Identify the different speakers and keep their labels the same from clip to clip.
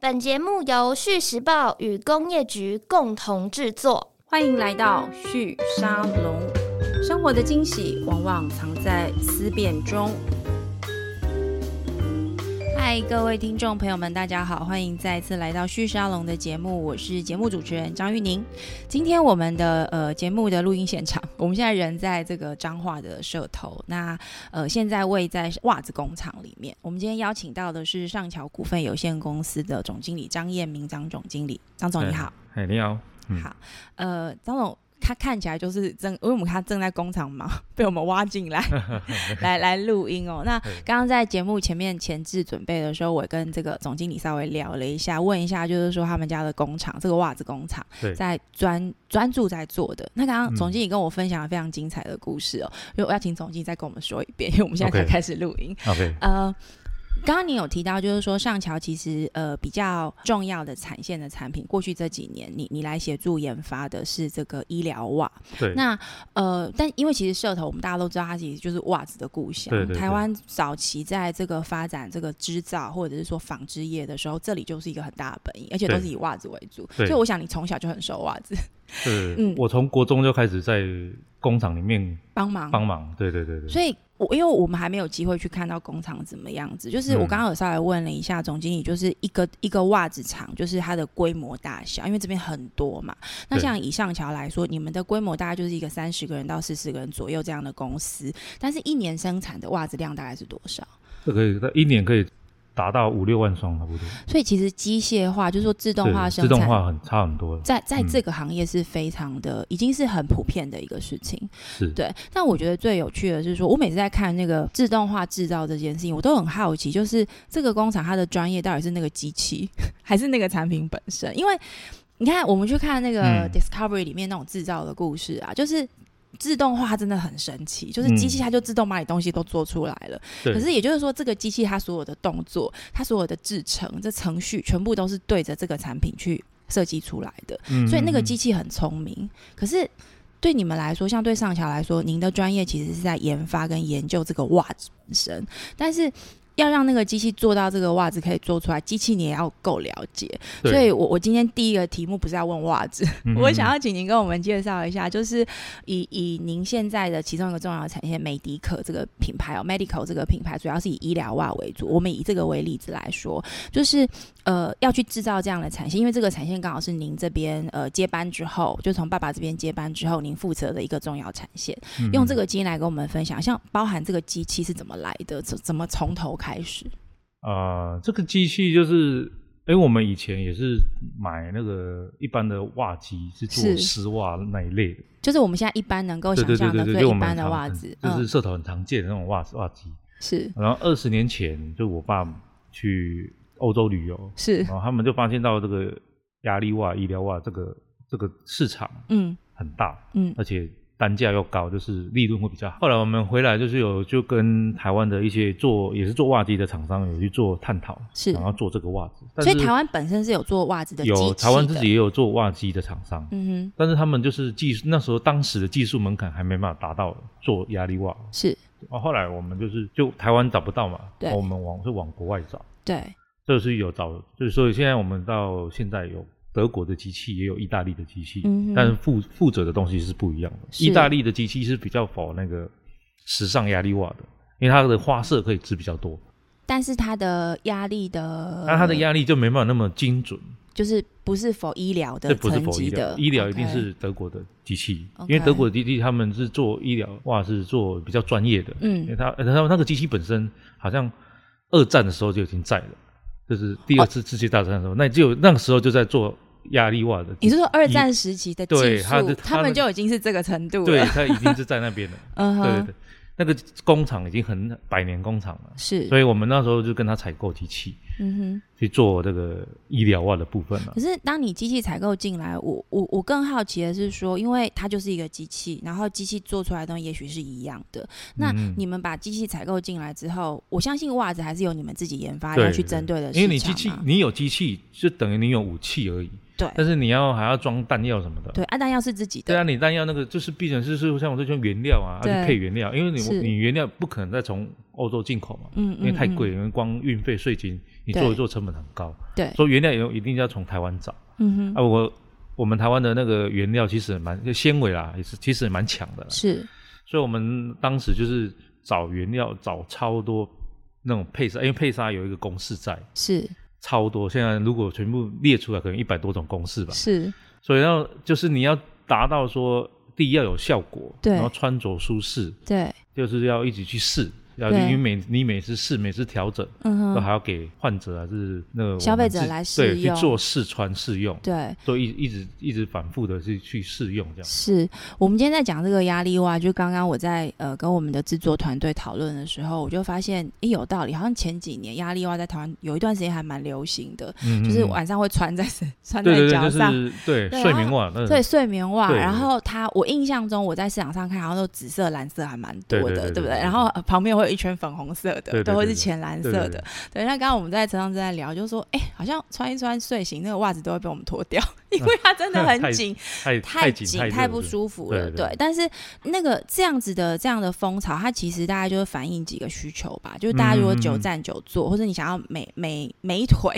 Speaker 1: 本节目由《续时报》与工业局共同制作。
Speaker 2: 欢迎来到旭沙龙，生活的惊喜往往藏在思辨中。嗨，各位听众朋友们，大家好，欢迎再次来到旭沙龙的节目，我是节目主持人张玉宁。今天我们的呃节目的录音现场，我们现在人在这个彰化的社头，那呃现在位在袜子工厂里面。我们今天邀请到的是上桥股份有限公司的总经理张彦明张总经理，张总你好。
Speaker 3: 哎，你好，嗯
Speaker 2: 好，呃，张总他看起来就是正，因为我们他正在工厂忙， 被我们挖进 来来来录音哦。那刚刚在节目前面前置准备的时候，我跟这个总经理稍微聊了一下，问一下就是说他们家的工厂，这个袜子工厂
Speaker 3: 对
Speaker 2: 在专专注在做的。那刚刚
Speaker 3: 嗯
Speaker 2: 总经理跟我分享了非常精彩的故事哦，因为我要请总经理再跟我们说一遍，因为我们现在才
Speaker 3: OK
Speaker 2: 开始录音。
Speaker 3: ，OK，
Speaker 2: 呃，刚刚你有提到，就是说上桥其实呃比较重要的产线的产品，过去这几年你你来协助研发的是这个医疗袜。
Speaker 3: 对，
Speaker 2: 那呃，但因为其实社头我们大家都知道，它其实就是袜子的故乡。
Speaker 3: 对对对
Speaker 2: 台湾早期在这个发展这个织造或者是说纺织业的时候，这里就是一个很大的本营，而且都
Speaker 3: 对
Speaker 2: 是以袜子为主。所
Speaker 3: 对
Speaker 2: 以我想你从小就很熟袜子，
Speaker 3: 是、
Speaker 2: 嗯
Speaker 3: 我从国中就开始在工厂里面
Speaker 2: 帮忙
Speaker 3: 帮忙，对对对
Speaker 2: 嗯
Speaker 3: 对，
Speaker 2: 所以我因为我们还没有机会去看到工厂怎么样子，
Speaker 3: 嗯
Speaker 2: 就是我刚刚有稍微问了一下总经理，就是一个一个袜子厂，就是它的规模大小，因为这边很多嘛。那
Speaker 3: 对
Speaker 2: 像以上桥来说，你们的规模大概就是一个三十个人到四十个人左右这样的公司，但是一年生产的袜子量大概是多少？
Speaker 3: 这可以，一年可以达到五六万双差啊不多，
Speaker 2: 所以其实机械化，就是说自动化
Speaker 3: 对
Speaker 2: 生
Speaker 3: 自动
Speaker 2: 产。
Speaker 3: 化很差很多了，
Speaker 2: 在在
Speaker 3: 嗯
Speaker 2: 这个行业是非常的，已经是很普遍的一个事情。
Speaker 3: 是，
Speaker 2: 对，但我觉得最有趣的是说，我每次在看那个自动化制造这件事情，我都很好奇，就是这个工厂它的专业到底是那个机器，还是那个产品本身？因为你看，我们去看那个
Speaker 3: 嗯
Speaker 2: Discovery 里面那种制造的故事啊，就是。自动化真的很神奇，就是机器它就自动把你东西都做出来了。
Speaker 3: 嗯对，
Speaker 2: 可是也就是说，这个机器它所有的动作、它所有的制成、这程序，全部都是对着这个产品去设计出来的。
Speaker 3: 嗯
Speaker 2: 所以那个
Speaker 3: 嗯
Speaker 2: 机器很聪明。可是对你们来说，像对上桥来说，您的专业其实是在研发跟研究这个袜子本身，但是。要让那个机器做到这个袜子可以做出来，机器你也要够了解。
Speaker 3: 对
Speaker 2: 所以我我今天第一个题目不是要问袜子，
Speaker 3: 嗯
Speaker 2: 我想要请您跟我们介绍一下，就是以以您现在的其中一个重要的产业美迪可这个品牌哦，Medical 这个品牌主要是以医疗袜为主。我们以这个为例子来说，就是呃要去制造这样的产线，因为这个产线刚好是您这边呃接班之后，就从爸爸这边接班之后，您负责的一个重要产线。
Speaker 3: 嗯
Speaker 2: 用这个基因来跟我们分享，像包含这个机器是怎么来的，怎怎么从头开始？
Speaker 3: 呃，这个机器就是，哎，我们以前也是买那个一般的袜机，是做
Speaker 2: 是
Speaker 3: 丝袜那一类的，
Speaker 2: 就是我们现在一般能够
Speaker 3: 对
Speaker 2: 想
Speaker 3: 对对
Speaker 2: 象的
Speaker 3: 对对，
Speaker 2: 最
Speaker 3: 就我
Speaker 2: 一
Speaker 3: 们
Speaker 2: 般
Speaker 3: 很
Speaker 2: 的
Speaker 3: 常
Speaker 2: 袜
Speaker 3: 很
Speaker 2: 子，
Speaker 3: 就是
Speaker 2: 嗯，
Speaker 3: 社头很常见的那种袜子袜机，
Speaker 2: 是
Speaker 3: 然后二十年前就我爸去欧洲旅游，
Speaker 2: 是，
Speaker 3: 哦然后他们就发现到这个压力袜、医疗袜这个这个市场
Speaker 2: 嗯
Speaker 3: 很大，
Speaker 2: 嗯
Speaker 3: 而且单价又高，就是利润会比较好。后来我们回来就是有就跟台湾的一些做也是做袜机的厂商有去做探讨，
Speaker 2: 是
Speaker 3: 然后做这个袜子。但
Speaker 2: 所
Speaker 3: 是
Speaker 2: 以台湾本身是有做袜子的机器
Speaker 3: 有
Speaker 2: 的
Speaker 3: 台湾自己，也有做袜机的厂商，
Speaker 2: 嗯
Speaker 3: 但是他们就是技术那时候当时的技术门槛还没办法达到做压力袜。
Speaker 2: 哼，是
Speaker 3: 哦，后来我们就是就台湾找不到嘛，
Speaker 2: 对
Speaker 3: 我们往是往国外找。
Speaker 2: 对，
Speaker 3: 这是有找，就是所以现在我们到现在有德国的机器，也有意大利的机器，
Speaker 2: 嗯哼
Speaker 3: 但是负负责的东西是不一样的。
Speaker 2: 是
Speaker 3: 意大利的机器是比较否那个时尚压力袜的，因为它的花色可以织比较多，
Speaker 2: 但是它的压力的，
Speaker 3: 那它的压力就没办法那么精准。
Speaker 2: 就是不是否医疗
Speaker 3: 这
Speaker 2: 的
Speaker 3: 不是
Speaker 2: 层
Speaker 3: 否
Speaker 2: 级
Speaker 3: 医疗
Speaker 2: 的，，
Speaker 3: 医疗一定
Speaker 2: OK
Speaker 3: 是德国的机器
Speaker 2: OK
Speaker 3: 因为德国的机器他们是做医疗袜是做比较专业的，因为
Speaker 2: 嗯，
Speaker 3: 它呃它那个机器本身好像二战的时候就已经在了，就是第
Speaker 2: 哦
Speaker 3: 二次世界大战的时候，那就那个时候就在做压力袜的。
Speaker 2: 你是说二战时期的技
Speaker 3: 对它
Speaker 2: 术，
Speaker 3: 的它
Speaker 2: 他们
Speaker 3: 的
Speaker 2: 就已经是这个程度
Speaker 3: 对，
Speaker 2: 了，
Speaker 3: 它已经是在那边了。
Speaker 2: 嗯
Speaker 3: 对对
Speaker 2: 哼，
Speaker 3: 对，那个工厂已经很百年工厂了，
Speaker 2: 是，
Speaker 3: 所以我们那时候就跟他采购机器
Speaker 2: 嗯哼。
Speaker 3: 去做这个医疗袜的部分了
Speaker 2: 可。是当你机器采购进来，我我我更好奇的是说，因为它就是一个机器，然后机器做出来的东西也许是一样的。那
Speaker 3: 嗯
Speaker 2: 你们把机器采购进来之后，我相信袜子还是有你们自己研发
Speaker 3: 对
Speaker 2: 要去针对的市场啊
Speaker 3: 因为你机器
Speaker 2: 嘛，
Speaker 3: 你有机器，就等于你有武器而已。
Speaker 2: 对
Speaker 3: 但是你要还要装弹药什么的。
Speaker 2: 对，按弹药是自己
Speaker 3: 对啊，
Speaker 2: 的，
Speaker 3: 你弹药那个就是必然是是像我这些原料啊，要
Speaker 2: 对
Speaker 3: 去配原料，因为你
Speaker 2: 是
Speaker 3: 你原料不可能再从欧洲进口嘛，
Speaker 2: 嗯，
Speaker 3: 因为太
Speaker 2: 嗯，
Speaker 3: 贵，因为光运费、税金，你
Speaker 2: 对
Speaker 3: 做一做成本很高，
Speaker 2: 嗯对，
Speaker 3: 所以原料也一定要从台湾找。
Speaker 2: 嗯哼，
Speaker 3: 啊，我我们台湾的那个原料其实也蛮就纤维啊啦，也是其实也蛮强的啦，
Speaker 2: 是，
Speaker 3: 所以我们当时就是找原料找超多那种配沙，因为配沙有一个公式在，
Speaker 2: 是，
Speaker 3: 超多。现在如果全部列出来，可能一百多种公式吧。
Speaker 2: 是，
Speaker 3: 所以要就是你要达到说，第一要有效果，
Speaker 2: 对
Speaker 3: 然后穿着舒适，
Speaker 2: 对，
Speaker 3: 就是要一直去试，要
Speaker 2: 对
Speaker 3: 因为每你每次试每次调整，
Speaker 2: 嗯
Speaker 3: 都
Speaker 2: 哼，
Speaker 3: 还要给患者还是那个我们
Speaker 2: 消费者
Speaker 3: 自
Speaker 2: 来试
Speaker 3: 对去
Speaker 2: 用
Speaker 3: 做试穿试用。
Speaker 2: 对。
Speaker 3: 所以一直一直反复的去去试用这样。
Speaker 2: 是我们今天在讲这个压力袜，就刚刚我在呃跟我们的制作团队讨论的时候，我就发现，诶，有道理，好像前几年压力袜在台湾有一段时间还蛮流行的，
Speaker 3: 嗯
Speaker 2: 就是
Speaker 3: 嗯嗯
Speaker 2: 晚上会穿在身穿
Speaker 3: 对
Speaker 2: 在
Speaker 3: 对对，
Speaker 2: 脚
Speaker 3: 就
Speaker 2: 上，
Speaker 3: 是对
Speaker 2: 对
Speaker 3: 睡
Speaker 2: 啊
Speaker 3: 眠袜，嗯那
Speaker 2: 对睡眠袜，
Speaker 3: 对
Speaker 2: 然后它，我印象中我在市场上看，好像都紫色、蓝色还蛮多
Speaker 3: 对
Speaker 2: 的，
Speaker 3: 对对
Speaker 2: 不
Speaker 3: 对
Speaker 2: 对？
Speaker 3: 对
Speaker 2: 然后呃旁边会有一圈粉红色的，
Speaker 3: 对对对
Speaker 2: 或是
Speaker 3: 对
Speaker 2: 浅蓝色
Speaker 3: 对
Speaker 2: 的。
Speaker 3: 对对
Speaker 2: 对那刚刚我们在车上正在聊，就说，哎，好像穿一穿睡醒，那个袜子都会被我们脱掉，因为它真的很
Speaker 3: 太
Speaker 2: 紧，
Speaker 3: 太
Speaker 2: 太
Speaker 3: 紧
Speaker 2: 紧、
Speaker 3: 太
Speaker 2: 太不
Speaker 3: 服。
Speaker 2: 舒服了。
Speaker 3: 对对
Speaker 2: 对，但是那个这样子的这样的风潮，它其实大概就是反映几个需求吧，就是大家如果
Speaker 3: 嗯嗯嗯
Speaker 2: 久站久坐，或者你想要美美美腿，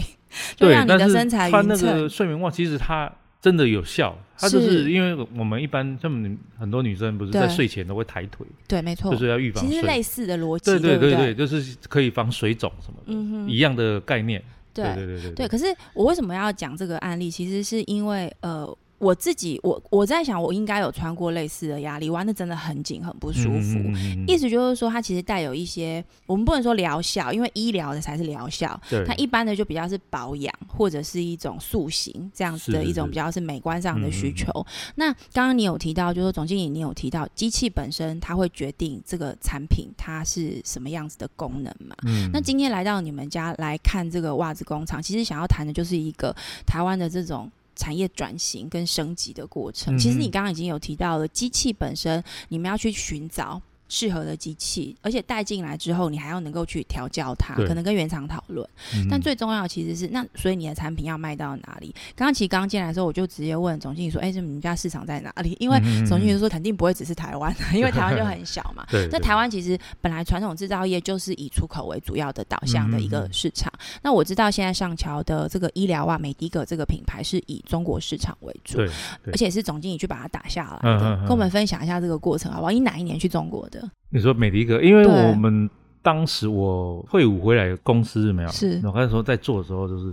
Speaker 2: 就
Speaker 3: 对，
Speaker 2: 让你
Speaker 3: 但
Speaker 2: 的
Speaker 3: 是
Speaker 2: 身材
Speaker 3: 穿
Speaker 2: 匀
Speaker 3: 那
Speaker 2: 称
Speaker 3: 个。睡眠袜，其实它真的有效。它就是是因为我们一般像你很多女生不是在
Speaker 2: 对
Speaker 3: 睡前都会抬腿，
Speaker 2: 对，没错
Speaker 3: 就。是要预防
Speaker 2: 哦其实
Speaker 3: 水。
Speaker 2: 类似的逻辑，
Speaker 3: 对
Speaker 2: 不
Speaker 3: 对
Speaker 2: 对
Speaker 3: 对，就是可以防水肿什么的，
Speaker 2: 嗯哼
Speaker 3: 一样的概念。
Speaker 2: 对
Speaker 3: 对对
Speaker 2: 对
Speaker 3: 对，
Speaker 2: 可是我为什么要讲这个案例？其实是因为呃，我自己我我在想，我应该有穿过类似的压力袜，那真的很紧，很不舒服。
Speaker 3: 嗯嗯嗯嗯
Speaker 2: 意思就是说，它其实带有一些，我们不能说疗效，因为医疗的才是疗效，
Speaker 3: 对
Speaker 2: 它一般的就比较是保养或者是一种塑形这样子的
Speaker 3: 是
Speaker 2: 一
Speaker 3: 是
Speaker 2: 种
Speaker 3: 是
Speaker 2: 比较是美观上的需
Speaker 3: 嗯嗯嗯
Speaker 2: 求。那刚刚你有提到，就是说总经理你有提到，机器本身它会决定这个产品它是什么样子的功能嘛？
Speaker 3: 嗯
Speaker 2: 那今天来到你们家来看这个袜子工厂，其实想要谈的就是一个台湾的这种。产业转型跟升级的过程，
Speaker 3: 嗯
Speaker 2: 其实你刚刚已经有提到了，机器本身你们要去寻找适合的机器，而且带进来之后，你还要能够去调教它，
Speaker 3: 对
Speaker 2: 可能跟原厂讨论。
Speaker 3: 嗯
Speaker 2: 但最重要的其实是，那所以你的产品要卖到哪里？刚刚其实刚进来的时候，我就直接问总经理说：“哎、这你们家市场在哪里？”因为
Speaker 3: 嗯嗯嗯
Speaker 2: 总经理就说肯定不会只是台湾，啊因为台湾就很小嘛。
Speaker 3: 对
Speaker 2: 在
Speaker 3: 对
Speaker 2: 台湾其实本来传统制造业就是以出口为主要的导向的一
Speaker 3: 嗯
Speaker 2: 个市场。那我知道现在上桥的这个医疗啊，美迪格这个品牌是以中国市场为主，
Speaker 3: 对，
Speaker 2: 而且是总经理去把它打下来
Speaker 3: 嗯
Speaker 2: 的。
Speaker 3: 嗯嗯
Speaker 2: 跟我们分享一下这个过程好不好？你哪一年去中国的？
Speaker 3: 你说美的一个，因为
Speaker 2: 对
Speaker 3: 我们当时我退伍回来公司没有，
Speaker 2: 是
Speaker 3: 我啊那时候在做的时候，就是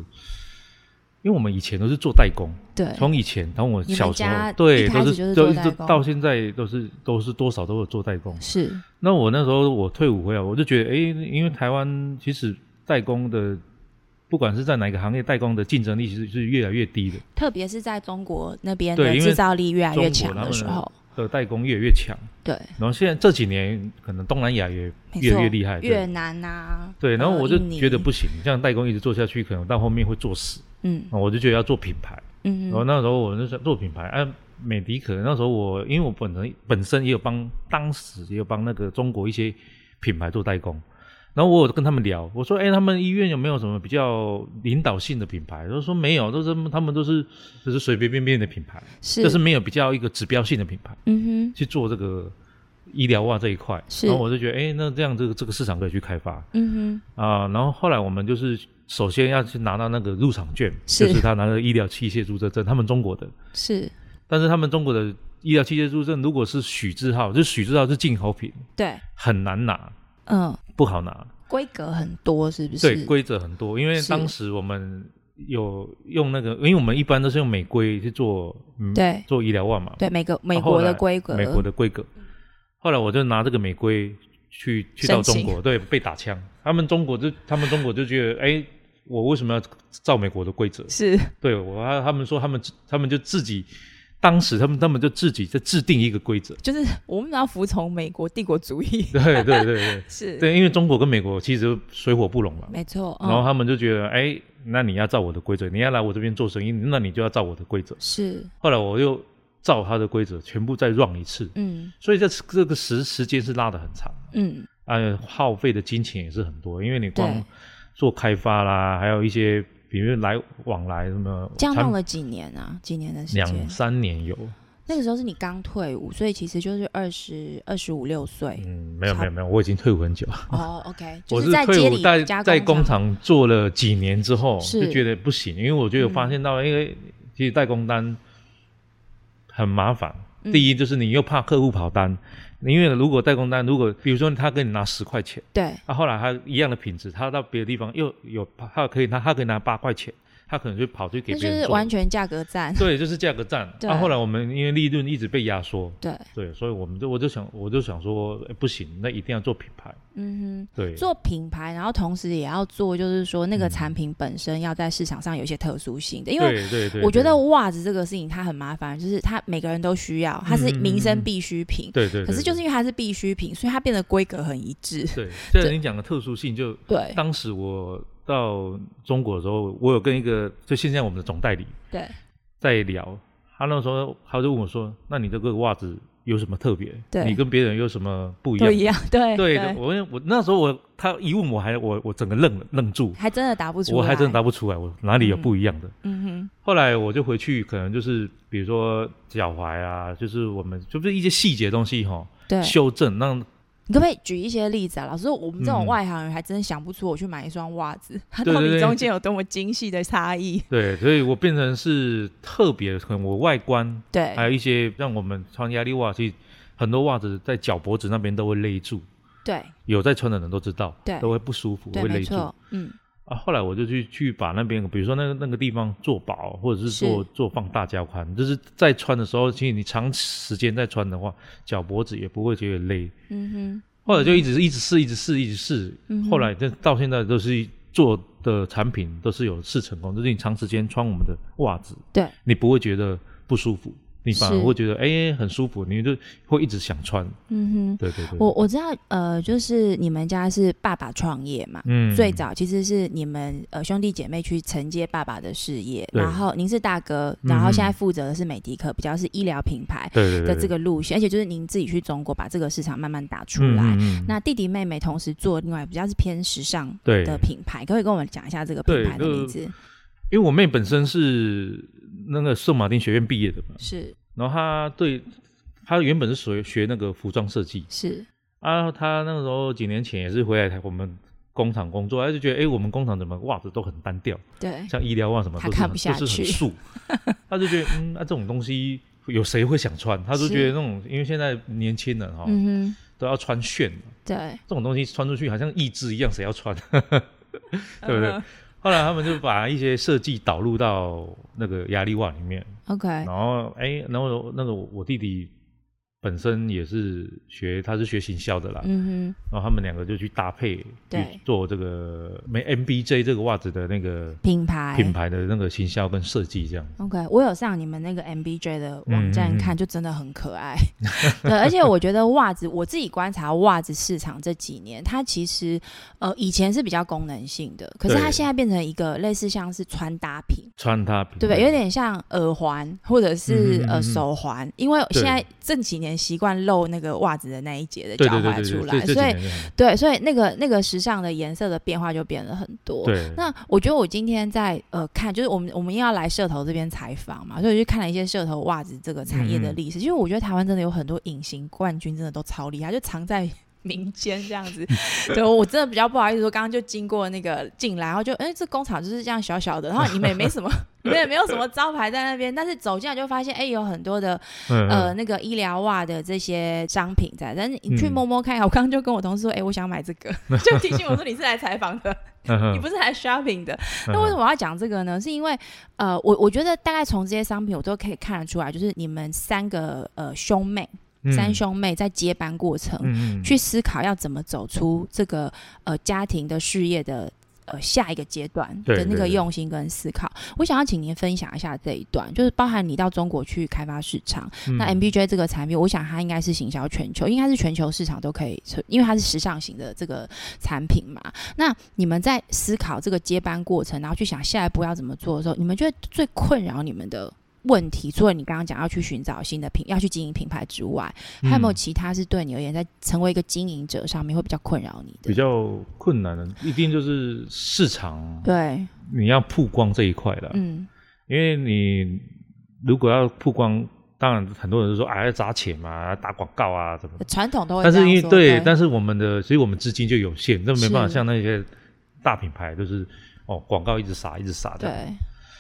Speaker 3: 因为我们以前都是做代工，
Speaker 2: 对，
Speaker 3: 从以前从我小时
Speaker 2: 你们家
Speaker 3: 候，对，
Speaker 2: 一开
Speaker 3: 都
Speaker 2: 始就是
Speaker 3: 是
Speaker 2: 做
Speaker 3: 都
Speaker 2: 代工
Speaker 3: 到现在都是都是多少都有做代工。
Speaker 2: 是
Speaker 3: 那我那时候我退伍回来，我就觉得，哎，因为台湾其实代工的，不管是在哪一个行业，代工的竞争力其实是越来越低的，
Speaker 2: 特别是在中国那边
Speaker 3: 对
Speaker 2: 的
Speaker 3: 因为
Speaker 2: 制造力越来越
Speaker 3: 中
Speaker 2: 强
Speaker 3: 国他
Speaker 2: 的
Speaker 3: 们
Speaker 2: 时候，
Speaker 3: 的呃代工越来越强。
Speaker 2: 对，
Speaker 3: 然后现在这几年，可能东南亚也
Speaker 2: 没
Speaker 3: 越
Speaker 2: 错，
Speaker 3: 来越厉害，对
Speaker 2: 越南呐，
Speaker 3: 对，然后
Speaker 2: 呃
Speaker 3: 我就
Speaker 2: 印尼
Speaker 3: 觉得不行，这样代工一直做下去，可能到后面会做死。
Speaker 2: 嗯
Speaker 3: 那我就觉得要做品牌，
Speaker 2: 嗯
Speaker 3: 然后
Speaker 2: 哼，
Speaker 3: 那时候我就想做品牌，啊，美的可能那时候我因为我本身本身也有帮，当时也有帮那个中国一些品牌做代工。然后我有跟他们聊，我说：“哎，他们医院有没有什么比较领导性的品牌？”他说：“没有，都是他们都是就是随随便便的品牌，
Speaker 2: 是
Speaker 3: 就是没有比较一个指标性的品牌
Speaker 2: 嗯哼
Speaker 3: 去做这个医疗袜这一块。”
Speaker 2: 是
Speaker 3: 然后我就觉得，哎，那这样这个这个市场可以去开发。
Speaker 2: 嗯
Speaker 3: 啊、然后后来我们就是首先要去拿到那个入场券，
Speaker 2: 是
Speaker 3: 就是他拿了医疗器械注册证，他们中国的，
Speaker 2: 哼是
Speaker 3: 但是他们中国的医疗器械注册证如果是许字号，就是许字号是进口品，
Speaker 2: 对，
Speaker 3: 很难拿，
Speaker 2: 嗯，
Speaker 3: 不好拿，
Speaker 2: 规格很多是不是？
Speaker 3: 对，规则很多，因为
Speaker 2: 是
Speaker 3: 当时我们有用那个，因为我们一般都是用美规去做，嗯，
Speaker 2: 对
Speaker 3: 做医疗袜嘛，
Speaker 2: 对美国美
Speaker 3: 哦然后
Speaker 2: 国
Speaker 3: 后
Speaker 2: 的
Speaker 3: 来
Speaker 2: 规格，
Speaker 3: 美国的规格。后来我就拿这个美规去去到中国，对，被打枪。他们中国就他们中国就觉得，哎，我为什么要照美国的规则？
Speaker 2: 是
Speaker 3: 对我，他他们说他们他们就自己，当时他们他们就自己在制定一个规则。
Speaker 2: 就是我们要服从美国帝国主义，
Speaker 3: 对 对对 对
Speaker 2: 是
Speaker 3: 对，因为中国跟美国其实水火不容嘛。
Speaker 2: 没错，
Speaker 3: 然后
Speaker 2: 嗯
Speaker 3: 他们就觉得，哎，那你要照我的规则，你要来我这边做生意，那你就要照我的规则。
Speaker 2: 是
Speaker 3: 后来我又照他的规则，全部再 run 一次。
Speaker 2: 嗯
Speaker 3: 所以这这个时时间是拉得很长，哎
Speaker 2: 嗯
Speaker 3: 呃，耗费的金钱也是很多，因为你光
Speaker 2: 对
Speaker 3: 做开发啦，还有一些比如来往来什么，
Speaker 2: 这样
Speaker 3: 参
Speaker 2: 弄了几年啊？几年的时间
Speaker 3: 两？三年有，
Speaker 2: 那个时候是你刚退伍，所以其实就是二十二十五六岁。
Speaker 3: 嗯，没有
Speaker 2: 差
Speaker 3: 没有没有，我已经退伍很久，
Speaker 2: 哦，OK，就
Speaker 3: 我
Speaker 2: 在
Speaker 3: 退
Speaker 2: 街
Speaker 3: 伍
Speaker 2: 里
Speaker 3: 在
Speaker 2: 加
Speaker 3: 在
Speaker 2: 工
Speaker 3: 工，厂做了几年之后，
Speaker 2: 是嗯
Speaker 3: 就觉得不行，因为我就有发现到，因为其实代工单很麻烦。
Speaker 2: 嗯
Speaker 3: 第一就是你又怕客户跑单，因为如果代工单，如果比如说他跟你拿十块钱，
Speaker 2: 对，
Speaker 3: 啊，后来他一样的品质，他到别的地方又有他可以拿他可以拿八块钱，他可能就跑去给
Speaker 2: 那就
Speaker 3: 别人
Speaker 2: 是
Speaker 3: 做
Speaker 2: 完全价格战。
Speaker 3: 对，就是价格战。
Speaker 2: 对
Speaker 3: 啊，后来我们因为利润一直被压缩，
Speaker 2: 对，
Speaker 3: 对，所以我们就我就想我就想说、哎不行，那一定要做品牌。
Speaker 2: 嗯
Speaker 3: 对嗯
Speaker 2: 哼，，做品牌，然后同时也要做，就是说那个产品本身要在市场上有一些特殊性的，因为。
Speaker 3: 对对对，
Speaker 2: 我觉得
Speaker 3: 对
Speaker 2: 袜子这个事情它很麻烦，就是它每个人都需要，它是
Speaker 3: 嗯嗯嗯
Speaker 2: 民生
Speaker 3: 嗯
Speaker 2: 必需品。
Speaker 3: 对对，对
Speaker 2: 可是就是因为它是必需品，所以它变得规格很一 致。
Speaker 3: 对， 对
Speaker 2: 对
Speaker 3: 这你讲的特殊性就，
Speaker 2: 对
Speaker 3: 当时我到中国的时候，我有跟一个就现在我们的总代理
Speaker 2: 对，
Speaker 3: 在聊，他那时候他就问我说：“那你这个袜子有什么特别？
Speaker 2: 对
Speaker 3: 你跟别人有什么不一
Speaker 2: 都
Speaker 3: 样？”
Speaker 2: 一样。对
Speaker 3: 对，我我那时候我他一问我还我我整个愣了愣住，
Speaker 2: 还真的答不出来。
Speaker 3: 我还真答不出来，我哪里有
Speaker 2: 嗯
Speaker 3: 不一样的？
Speaker 2: 嗯
Speaker 3: 后来我就回去，可能就是比如说脚踝啊，就是我们就是一些细节东西哈，
Speaker 2: 哼，对。
Speaker 3: 修正让
Speaker 2: 你可不可以举一些例子啊？老师，我们这种
Speaker 3: 嗯
Speaker 2: 外行人还真想不出我去买一双袜子，它
Speaker 3: 对
Speaker 2: 到底
Speaker 3: 对
Speaker 2: 中间有多么精细的差异。
Speaker 3: 对，所以我变成是特别，可能我外观
Speaker 2: 对，
Speaker 3: 还有一些让我们穿压力袜，其实很多袜子在脚脖子那边都会勒住，
Speaker 2: 对，
Speaker 3: 有在穿的人都知道，
Speaker 2: 对
Speaker 3: 都会不舒服，
Speaker 2: 对，
Speaker 3: 会勒
Speaker 2: 没
Speaker 3: 住。
Speaker 2: 错，嗯，
Speaker 3: 啊，后来我就去去把那边，比如说那个那个地方做薄，或者是做做放大加宽，就是在穿的时候，其实你长时间在穿的话，脚脖子也不会觉得累。
Speaker 2: 嗯
Speaker 3: 后来就一直一直试，一直试，一直试，
Speaker 2: 嗯哼
Speaker 3: 后来就到现在都是做的产品都是有试成功，就是你长时间穿我们的袜子，
Speaker 2: 哼，对，
Speaker 3: 你不会觉得不舒服，你反而
Speaker 2: 是
Speaker 3: 会觉得哎、很舒服，你就会一直想穿。
Speaker 2: 嗯哼。
Speaker 3: 对对对，
Speaker 2: 我我知道，呃，就是你们家是爸爸创业嘛，
Speaker 3: 嗯
Speaker 2: 最早其实是你们呃兄弟姐妹去承接爸爸的事业，
Speaker 3: 对
Speaker 2: 然后您是大哥，然后现在
Speaker 3: 嗯哼
Speaker 2: 负责的是美迪克，比较是医疗品牌
Speaker 3: 对对对
Speaker 2: 的这
Speaker 3: 个
Speaker 2: 个路线，而且就是您自己去中国把这个市场慢慢打出来。
Speaker 3: 嗯
Speaker 2: 那弟弟妹妹同时做另外比较是偏时尚
Speaker 3: 对
Speaker 2: 的品牌，可不可以跟我们讲一下这个品牌的
Speaker 3: 对
Speaker 2: 名
Speaker 3: 就
Speaker 2: 字？
Speaker 3: 因为我妹本身是那个圣马丁学院毕业的嘛，
Speaker 2: 是
Speaker 3: 然后她对她原本是学学那个服装设计
Speaker 2: 是，
Speaker 3: 啊，她那个时候几年前也是回来台我们工厂工作，她就觉得哎、诶我们工厂怎么袜子都很单调，
Speaker 2: 对
Speaker 3: 像医疗袜什么
Speaker 2: 她
Speaker 3: 都是
Speaker 2: 看
Speaker 3: 很
Speaker 2: 不下
Speaker 3: 都是
Speaker 2: 去
Speaker 3: 很素，她就觉得嗯，那、这种东西有谁会想穿？她就是觉得那种因为现在年轻人哈、
Speaker 2: 嗯哼，
Speaker 3: 都要穿炫，
Speaker 2: 对，
Speaker 3: 这种东西穿出去好像义肢一样，谁要穿？ 对不
Speaker 2: 嗯
Speaker 3: 对？后来他们就把一些设计导入到那个压力袜里面，
Speaker 2: ？OK，
Speaker 3: 然后哎，然后那个我我弟弟本身也是学，他是学行销的啦，
Speaker 2: 嗯
Speaker 3: 然后他们两个就去搭配，
Speaker 2: 对
Speaker 3: 去做这个没 MBJ 这个袜子的那个
Speaker 2: 哼，品牌
Speaker 3: 品牌的那个行销跟设计这样。
Speaker 2: OK，我有上你们那个 MBJ 的网站
Speaker 3: 嗯嗯嗯
Speaker 2: 看，就真的很可爱。 对，而且我觉得袜子，我自己观察袜子市场这几年，它其实呃以前是比较功能性的，可是它
Speaker 3: 对
Speaker 2: 现在变成一个类似像是穿搭品，
Speaker 3: 穿搭品牌
Speaker 2: 对不对？有点像耳环或者是、
Speaker 3: 嗯嗯嗯
Speaker 2: 呃
Speaker 3: 嗯
Speaker 2: 手环，因为
Speaker 3: 对
Speaker 2: 现在这几年习惯露那个袜子的那一节的
Speaker 3: 对
Speaker 2: 脚
Speaker 3: 对
Speaker 2: 踝
Speaker 3: 对
Speaker 2: 出
Speaker 3: 对
Speaker 2: 来所
Speaker 3: 对，，这这几
Speaker 2: 以
Speaker 3: 年就很
Speaker 2: 对，所以那个那个时尚的颜色的变化就变得很多。
Speaker 3: 对
Speaker 2: 那我觉得我今天在呃看，就是我们我们要来社头这边采访嘛，所以我就看了一些社头袜子这个产业的
Speaker 3: 嗯
Speaker 2: 历史。其实我觉得台湾真的有很多隐形冠军，真的都超厉害，就藏在民间这样 子。对我真的比较不好意思说，刚刚就经过那个进来，然后就哎、这工厂就是这样小小的，然后你们也没 什么，你们也没有什么招牌在那边，但是走进来就发现哎、有很多的
Speaker 3: 嗯
Speaker 2: 呃
Speaker 3: 嗯
Speaker 2: 那个医疗袜的这些商品在，但是你去
Speaker 3: 嗯
Speaker 2: 摸摸看，我刚刚就跟我同事说，哎、我想买这 个，就提醒我说你是来采访的，
Speaker 3: 嗯
Speaker 2: 你
Speaker 3: 哼
Speaker 2: 不是来 shopping 的。
Speaker 3: 嗯
Speaker 2: 那为什
Speaker 3: 哼
Speaker 2: 么我要讲这个呢？是因为呃，我我觉得大概从这些商品，我都可以看得出来，就是你们三个呃兄妹，三
Speaker 3: 嗯
Speaker 2: 兄妹在接班过程、
Speaker 3: 嗯嗯
Speaker 2: 去思考要怎么走出这个呃家庭的事业的。呃，下一个阶段
Speaker 3: 对
Speaker 2: 的那
Speaker 3: 对
Speaker 2: 个
Speaker 3: 对
Speaker 2: 用心跟思考，我想要请您分享一下这一段，就是包含你到中国去开发市场，
Speaker 3: 嗯
Speaker 2: 那 MBJ 这个产品，我想它应该是行销全球，应该是全球市场都可以存，因为它是时尚型的这个产品嘛。那你们在思考这个接班过程，然后去想下一步要怎么做的时候，你们觉得最困扰你们的问题，除了你刚刚讲要去寻找新的品，要去经营品牌之外，还有没有
Speaker 3: 嗯
Speaker 2: 其他是对你而言，在成为一个经营者上面会比较困扰你
Speaker 3: 比
Speaker 2: 的？
Speaker 3: 较困难的，一定就是市场
Speaker 2: 对，
Speaker 3: 你要曝光这一块的，
Speaker 2: 嗯
Speaker 3: 因为你如果要曝光，当然很多人都说啊要砸钱嘛，打广告啊怎么的，
Speaker 2: 传统都哦会这
Speaker 3: 但
Speaker 2: 样
Speaker 3: 是
Speaker 2: 说，
Speaker 3: 因为
Speaker 2: 对，
Speaker 3: 但是我们的所以我们资金就有限，那没办法
Speaker 2: 是
Speaker 3: 像那些大品牌就是哦广告一直撒一直撒这样
Speaker 2: 对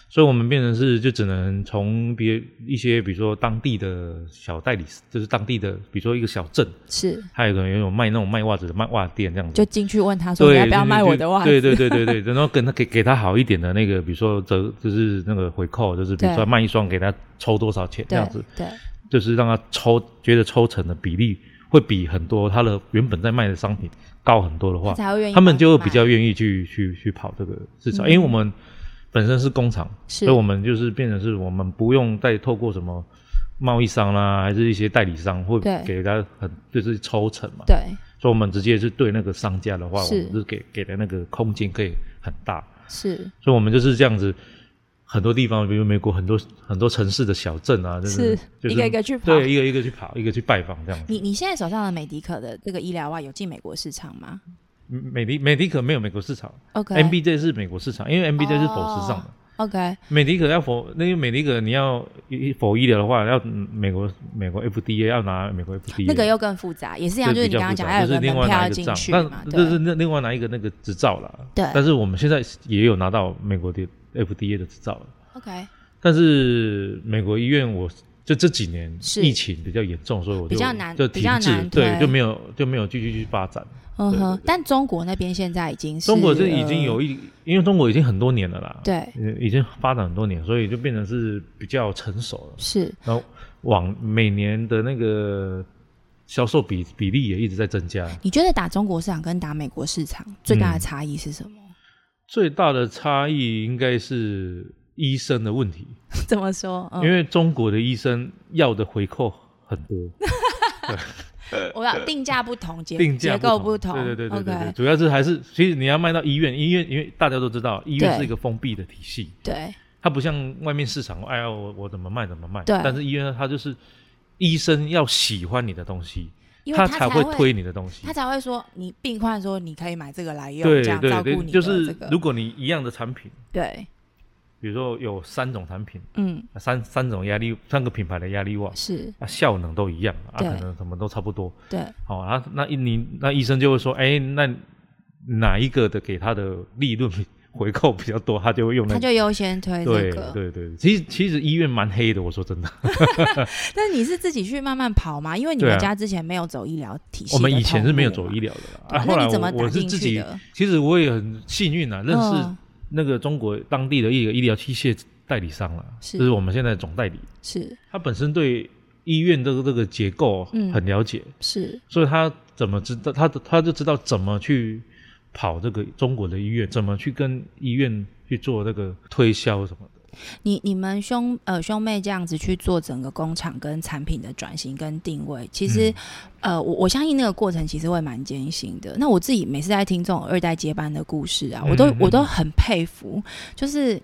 Speaker 3: 所以我们变成是就只能从别一些比如说当地的小代理，就是当地的比如说一个小镇，
Speaker 2: 是，
Speaker 3: 还有可能有卖那种卖袜子的卖袜店这样子，
Speaker 2: 就进去问他说你
Speaker 3: 对，
Speaker 2: 要不要卖我的袜子？
Speaker 3: 对对对对对，然后跟他给给他好一点的那个，比如说折，就是那个回扣，就是比如
Speaker 2: 对
Speaker 3: 说卖一双给他抽多少钱这样
Speaker 2: 对
Speaker 3: 子，
Speaker 2: 对
Speaker 3: 就是让他抽，觉得抽成的比例会比很多他的原本在卖的商品高很多的话，
Speaker 2: 才会愿意帮你卖，
Speaker 3: 他们就比较愿意去去去跑这个市场，
Speaker 2: 嗯
Speaker 3: 因为我们本身是工厂，
Speaker 2: 是
Speaker 3: 所以我们就是变成是我们不用再透过什么贸易商啦、还是一些代理商会
Speaker 2: 对
Speaker 3: 给他很就是抽成嘛，
Speaker 2: 对
Speaker 3: 所以我们直接是对那个商家的话，
Speaker 2: 是
Speaker 3: 我们是给给的那个空间可以很大，
Speaker 2: 是
Speaker 3: 所以我们就是这样子。很多地方，比如美国很多很多城市的小镇啊，就是
Speaker 2: 是
Speaker 3: 就
Speaker 2: 一个一个去跑
Speaker 3: 对，一个一个去跑，一个去拜访这样子。
Speaker 2: 你你现在手上的美迪可的这个医疗袜有进美国市场吗
Speaker 3: 美的美的可没有美国市场
Speaker 2: ？OK
Speaker 3: ，MBJ 是美国市场，因为 MBJ 是否时尚
Speaker 2: 哦
Speaker 3: 的。
Speaker 2: OK
Speaker 3: 美的可要否，那个美的可你要一否医疗的话，要嗯美国美国 FDA 要拿美国 FDA
Speaker 2: 那个又更复杂，也是一样，
Speaker 3: 这
Speaker 2: 是
Speaker 3: 比
Speaker 2: 你
Speaker 3: 较
Speaker 2: 刚刚
Speaker 3: 复
Speaker 2: 讲
Speaker 3: 杂
Speaker 2: 要有
Speaker 3: 就是另
Speaker 2: 门
Speaker 3: 外
Speaker 2: 票
Speaker 3: 拿
Speaker 2: 要
Speaker 3: 一个
Speaker 2: 进
Speaker 3: 账，
Speaker 2: 去
Speaker 3: 那
Speaker 2: 嘛，
Speaker 3: 这
Speaker 2: 对
Speaker 3: 是那另外拿一个那个执照啦。
Speaker 2: 对
Speaker 3: 但是我们现在也有拿到美国的 FDA 的执照了，
Speaker 2: OK
Speaker 3: 但是美国医院我就这几年
Speaker 2: 是
Speaker 3: 疫情比较严重，所以我就
Speaker 2: 比较难
Speaker 3: 就
Speaker 2: 比
Speaker 3: 停
Speaker 2: 较
Speaker 3: 滞
Speaker 2: 难，
Speaker 3: 对，
Speaker 2: 推
Speaker 3: 就没有就没有继续去发展。
Speaker 2: 嗯
Speaker 3: 对对
Speaker 2: 哼
Speaker 3: 对，
Speaker 2: 但中国那边现在已经是
Speaker 3: 中国这已经
Speaker 2: 呃
Speaker 3: 有一，因为中国已经很多年了啦，
Speaker 2: 对
Speaker 3: 呃，已经发展很多年，所以就变成是比较成熟了。
Speaker 2: 是
Speaker 3: 然后往每年的那个销售比比例也一直在增加。
Speaker 2: 你觉得打中国市场跟打美国市场最
Speaker 3: 嗯
Speaker 2: 大的差异是什么？
Speaker 3: 最大的差异应该是医生的问题，
Speaker 2: 怎么说？嗯
Speaker 3: 因为中国的医生要的回扣很多，
Speaker 2: 我要定价不同，结
Speaker 3: 定价
Speaker 2: 结构
Speaker 3: 不
Speaker 2: 同，
Speaker 3: 对对对对对对
Speaker 2: OK，
Speaker 3: 主要是还是其实你要卖到医院，医院因为大家都知道，医院
Speaker 2: 对
Speaker 3: 是一个封闭的体系，
Speaker 2: 对
Speaker 3: 它不像外面市场，哎呀，我我怎么卖怎么卖，
Speaker 2: 对
Speaker 3: 但是医院它就是医生要喜欢你的东西，
Speaker 2: 因为
Speaker 3: 他
Speaker 2: 才
Speaker 3: 才会推，你的东西
Speaker 2: 他，才会说你病患说你可以买这个来用，
Speaker 3: 对
Speaker 2: 这样
Speaker 3: 对
Speaker 2: 照顾
Speaker 3: 对，
Speaker 2: 你
Speaker 3: 就
Speaker 2: 的
Speaker 3: 是
Speaker 2: 这个
Speaker 3: 如果你一样的产品。
Speaker 2: 对，
Speaker 3: 比如说有三种产品，
Speaker 2: 嗯，
Speaker 3: 三三种压力，三个品牌的压力袜，
Speaker 2: 是
Speaker 3: 啊，效能都一样，啊，
Speaker 2: 对
Speaker 3: 可能什么都差不多。
Speaker 2: 对
Speaker 3: 好、啊，那一你那医生就会说，哎，那哪一个的给他的利润 比回扣比较多，他就会用那
Speaker 2: 他
Speaker 3: 个。
Speaker 2: 就优先推
Speaker 3: 对
Speaker 2: 这个。
Speaker 3: 对对，其实其实医院蛮黑的，我说真的，
Speaker 2: 但你是自己去慢慢跑吗？因为你
Speaker 3: 对啊
Speaker 2: 们家之前没有走医疗体系，
Speaker 3: 我们以前是没有走医
Speaker 2: 疗，
Speaker 3: 疗的啦。
Speaker 2: 对
Speaker 3: 啊，
Speaker 2: 那
Speaker 3: 后来
Speaker 2: 你怎么
Speaker 3: 我
Speaker 2: 打
Speaker 3: 我是
Speaker 2: 进
Speaker 3: 自
Speaker 2: 去
Speaker 3: 己
Speaker 2: 的，
Speaker 3: 其实我也很幸运啊，认识
Speaker 2: 嗯
Speaker 3: 那个中国当地的一个医疗器械代理商啦，
Speaker 2: 是
Speaker 3: 就是我们现在的总代理。
Speaker 2: 是
Speaker 3: 他本身对医院的这个结构
Speaker 2: 嗯
Speaker 3: 很了解，
Speaker 2: 是
Speaker 3: 所以他怎么知道他他就知道怎么去跑这个中国的医院，怎么去跟医院去做那个推销什么的。
Speaker 2: 你你们兄呃兄妹这样子去做整个工厂跟产品的转型跟定位，其实、
Speaker 3: 嗯
Speaker 2: 呃我我相信那个过程其实会蛮艰辛的。那我自己每次在听这种二代接班的故事啊，我都
Speaker 3: 嗯嗯
Speaker 2: 我都很佩服，就是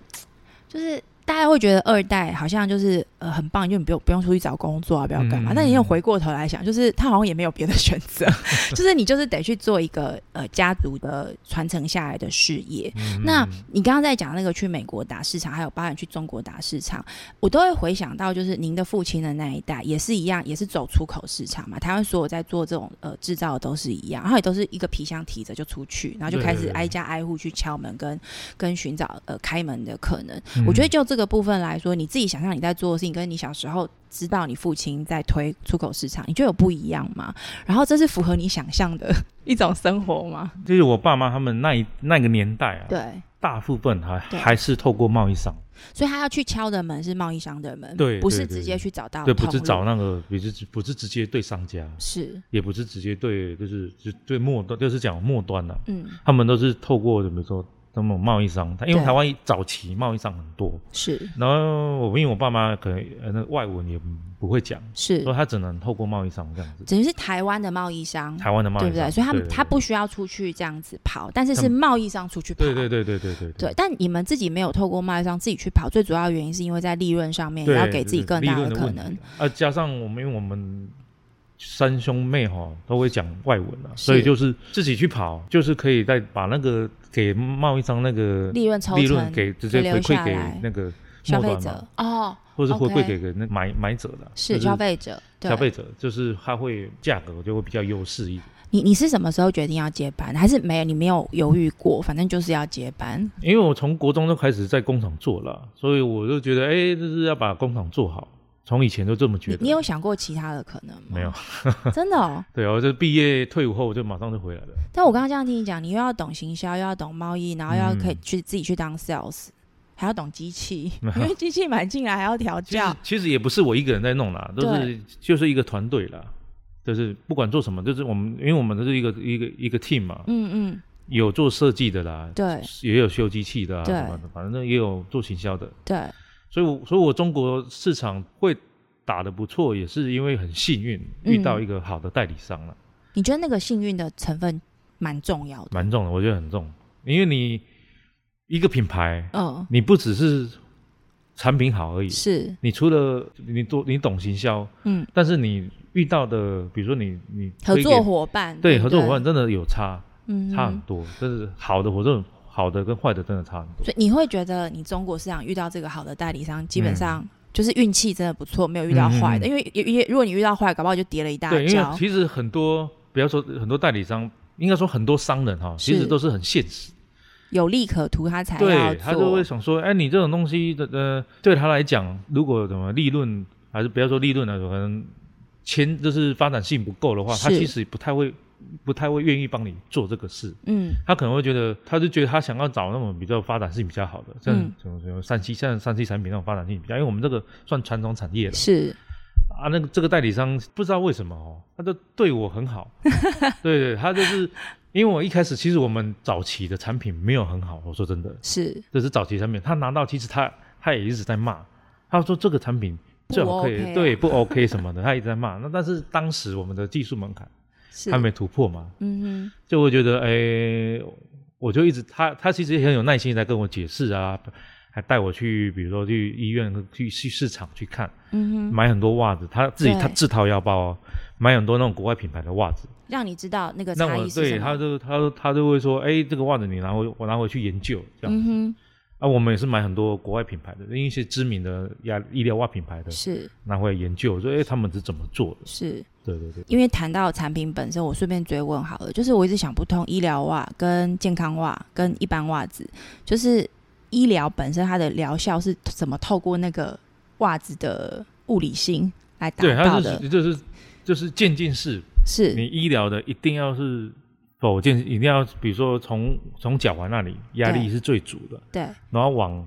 Speaker 2: 就是。大家会觉得二代好像就是呃很棒，因为你不用不用出去找工作啊，不要干嘛。
Speaker 3: 嗯嗯
Speaker 2: 但你
Speaker 3: 嗯
Speaker 2: 又回过头来想，就是他好像也没有别的选择， 就是你就是得去做一个呃家族的传承下来的事业。
Speaker 3: 嗯
Speaker 2: 那你刚刚在讲那个去美国打市场，还有包含去中国打市场，我都会回想到，就是您的父亲的那一代也是一样，也是走出口市场嘛。台湾所有在做这种呃制造的都是一样，然后也都是一个皮箱提着就出去，然后就
Speaker 3: 对
Speaker 2: 开
Speaker 3: 对
Speaker 2: 始
Speaker 3: 对
Speaker 2: 挨家挨户去敲门跟跟寻找呃开门的可能。
Speaker 3: 嗯
Speaker 2: 我觉得就这个部分来说，你自己想象你在做的事情，跟你小时候知道你父亲在推出口市场，你觉得有不一样吗？然后这是符合你想象的一种生活吗？
Speaker 3: 就是我爸妈他们那一那个年代啊，
Speaker 2: 对。
Speaker 3: 大部分还
Speaker 2: 对
Speaker 3: 还是透过贸易商，
Speaker 2: 所以他要去敲的门是贸易商的门，
Speaker 3: 对
Speaker 2: 不是
Speaker 3: 对对
Speaker 2: 直接去找到
Speaker 3: 对，
Speaker 2: 通
Speaker 3: 不是
Speaker 2: 路
Speaker 3: 找那个，不是不是直接对商家，
Speaker 2: 是
Speaker 3: 也不是直接对，就是就对末端，就是讲末端了、
Speaker 2: 嗯
Speaker 3: 他们都是透过怎么说，那种贸易商，因为
Speaker 2: 对
Speaker 3: 台湾早期贸易商很多，
Speaker 2: 是
Speaker 3: 然后我因为我爸妈可能呃那外文也不会讲，
Speaker 2: 是
Speaker 3: 所以，他只能透过贸易商这样子，
Speaker 2: 等于是台湾的贸易商，
Speaker 3: 台湾的贸易
Speaker 2: 对
Speaker 3: 商，
Speaker 2: 不对？所以他们他
Speaker 3: 对
Speaker 2: 不需要出去这样子跑，但是
Speaker 3: 他
Speaker 2: 是
Speaker 3: 们
Speaker 2: 贸易商出去跑，
Speaker 3: 对对对对对对
Speaker 2: 对但你们自己没有透过贸易商自己去跑，最主要原因是因为在利润上面
Speaker 3: 对，
Speaker 2: 要给自己
Speaker 3: 对对
Speaker 2: 更
Speaker 3: 利
Speaker 2: 大
Speaker 3: 润的
Speaker 2: 可
Speaker 3: 问题
Speaker 2: 能，
Speaker 3: 啊，加上我们因为我们三兄妹哈都会讲外文啊，所以就是自己去跑，就是可以再把那个给贸易商那个
Speaker 2: 利润抽
Speaker 3: 利
Speaker 2: 成
Speaker 3: 润给直接
Speaker 2: 留
Speaker 3: 回
Speaker 2: 下
Speaker 3: 馈给
Speaker 2: 来
Speaker 3: 那个
Speaker 2: 消
Speaker 3: 末
Speaker 2: 费
Speaker 3: 端
Speaker 2: 者
Speaker 3: 嘛，
Speaker 2: 哦，
Speaker 3: 或者回
Speaker 2: OK
Speaker 3: 馈给给那买买者的，啊
Speaker 2: 是
Speaker 3: 就是
Speaker 2: 消费者，对
Speaker 3: 消费者，就是他会价格就会比较优势一点。
Speaker 2: 你你是什么时候决定要接班？还是没有？你没有犹豫过，反正就是要接班。
Speaker 3: 因为我从国中就开始在工厂做了，所以我就觉得，哎、就是要把工厂做好。从以前就这么觉
Speaker 2: 你
Speaker 3: 得。
Speaker 2: 你有想过其他的可能吗？
Speaker 3: 没有，？
Speaker 2: 真的哦。
Speaker 3: 对啊，我就毕业退伍后，我就马上就回来了。
Speaker 2: 但我刚刚这样听你讲，你又要懂行销，又要懂贸易，然后又要
Speaker 3: 嗯
Speaker 2: 可以去、自己去当 sales，还要懂机 器，因为机器买进来还要调
Speaker 3: 其实
Speaker 2: 教。
Speaker 3: 其实也不是我一个人在弄啦，都是就是一个团队啦，就是不管做什么，就是我们因为我们都是一个一个一个 team 嘛，
Speaker 2: 嗯嗯，
Speaker 3: 有做设计的啦，
Speaker 2: 对
Speaker 3: 也有修机器的、啊，
Speaker 2: 对
Speaker 3: 什么的，反正也有做行销的，
Speaker 2: 对，
Speaker 3: 所以我所以我中国市场会打得不错，也是因为很幸运
Speaker 2: 嗯
Speaker 3: 遇到一个好的代理商了。
Speaker 2: 你觉得那个幸运的成分蛮重要的。
Speaker 3: 蛮重的，我觉得很重，因为你一个品牌，
Speaker 2: 嗯，
Speaker 3: 你不只是产品好而已，
Speaker 2: 是，
Speaker 3: 你除了你多你懂行销，
Speaker 2: 嗯，
Speaker 3: 但是你遇到的，比如说你你
Speaker 2: 合
Speaker 3: 推给
Speaker 2: 作伙伴。
Speaker 3: 对
Speaker 2: 不
Speaker 3: 合作伙伴，真的有差
Speaker 2: 嗯哼，
Speaker 3: 差很多，但是好的合作好的跟坏的真的差很多，
Speaker 2: 所以你会觉得你中国市场遇到这个好的代理商，基本
Speaker 3: 嗯
Speaker 2: 上就是运气真的不错，没有遇到坏的。
Speaker 3: 嗯嗯嗯
Speaker 2: 因为也也如果你遇到坏，搞不好就跌了一大
Speaker 3: 对，因为
Speaker 2: 跤。
Speaker 3: 其实很多不要说很多代理商，应该说很多商人哈，其
Speaker 2: 是
Speaker 3: 实都是很现实，
Speaker 2: 有利可图，他才要
Speaker 3: 对他就
Speaker 2: 做
Speaker 3: 会。想说，哎，你这种东西的呃，对他来讲，如果怎么利润还是不要说利润了，可能钱就是发展性不够的话，他
Speaker 2: 是
Speaker 3: 其实不太会不太会愿意帮你做这个事。
Speaker 2: 嗯，
Speaker 3: 他可能会觉得，他就觉得他想要找那种比较发展性比较好的，像
Speaker 2: 嗯
Speaker 3: 什么什么山西，像山西产品那种发展性比较，因为我们这个算传统产业了
Speaker 2: 是
Speaker 3: 啊。那个这个代理商不知道为什么哦，他就对我很 好，对对，他就是因为我一开始其实我们早期的产品没有很好，我说真的，
Speaker 2: 是
Speaker 3: 这是早期产品，他拿到其实他他也一直在骂，他说这个产品最好可以、
Speaker 2: 不 OK 啊
Speaker 3: 对不 OK 什么的，他一直在骂。那但是当时我们的技术门槛
Speaker 2: 是，
Speaker 3: 还没突破嘛，
Speaker 2: 嗯
Speaker 3: 就会觉得诶，我就一直他他其实也很有耐心在跟我解释啊，还带我去比如说去医院去去市场去看，
Speaker 2: 哼嗯哼，
Speaker 3: 买很多袜子，他自己
Speaker 2: 对
Speaker 3: 他自掏腰包哦，买很多那种国外品牌的袜子。
Speaker 2: 让你知道那个
Speaker 3: 那
Speaker 2: 差
Speaker 3: 我
Speaker 2: 异是
Speaker 3: 对
Speaker 2: 什
Speaker 3: 他
Speaker 2: 么。
Speaker 3: 就他就他就会说，哎诶，这个袜子你拿回我拿回去研究这样。
Speaker 2: 嗯
Speaker 3: 啊，我们也是买很多国外品牌的，因为一些知名的亚医疗袜品牌的
Speaker 2: 哼，，是
Speaker 3: 拿回来研究，说哎、诶他们是怎么做的？
Speaker 2: 是。
Speaker 3: 对对对，
Speaker 2: 因为谈到产品本身，我顺便追问好了，就是我一直想不通医疗袜跟健康袜跟一般袜子，就是医疗本身它的疗效是怎么透过那个袜子的物理性来达
Speaker 3: 对，
Speaker 2: 到
Speaker 3: 它
Speaker 2: 的？
Speaker 3: 是就是就是渐进式，
Speaker 2: 是
Speaker 3: 你医疗的一定要是否健，一定要比如说从从脚踝那里压力
Speaker 2: 对
Speaker 3: 是最足的，
Speaker 2: 对，
Speaker 3: 然后往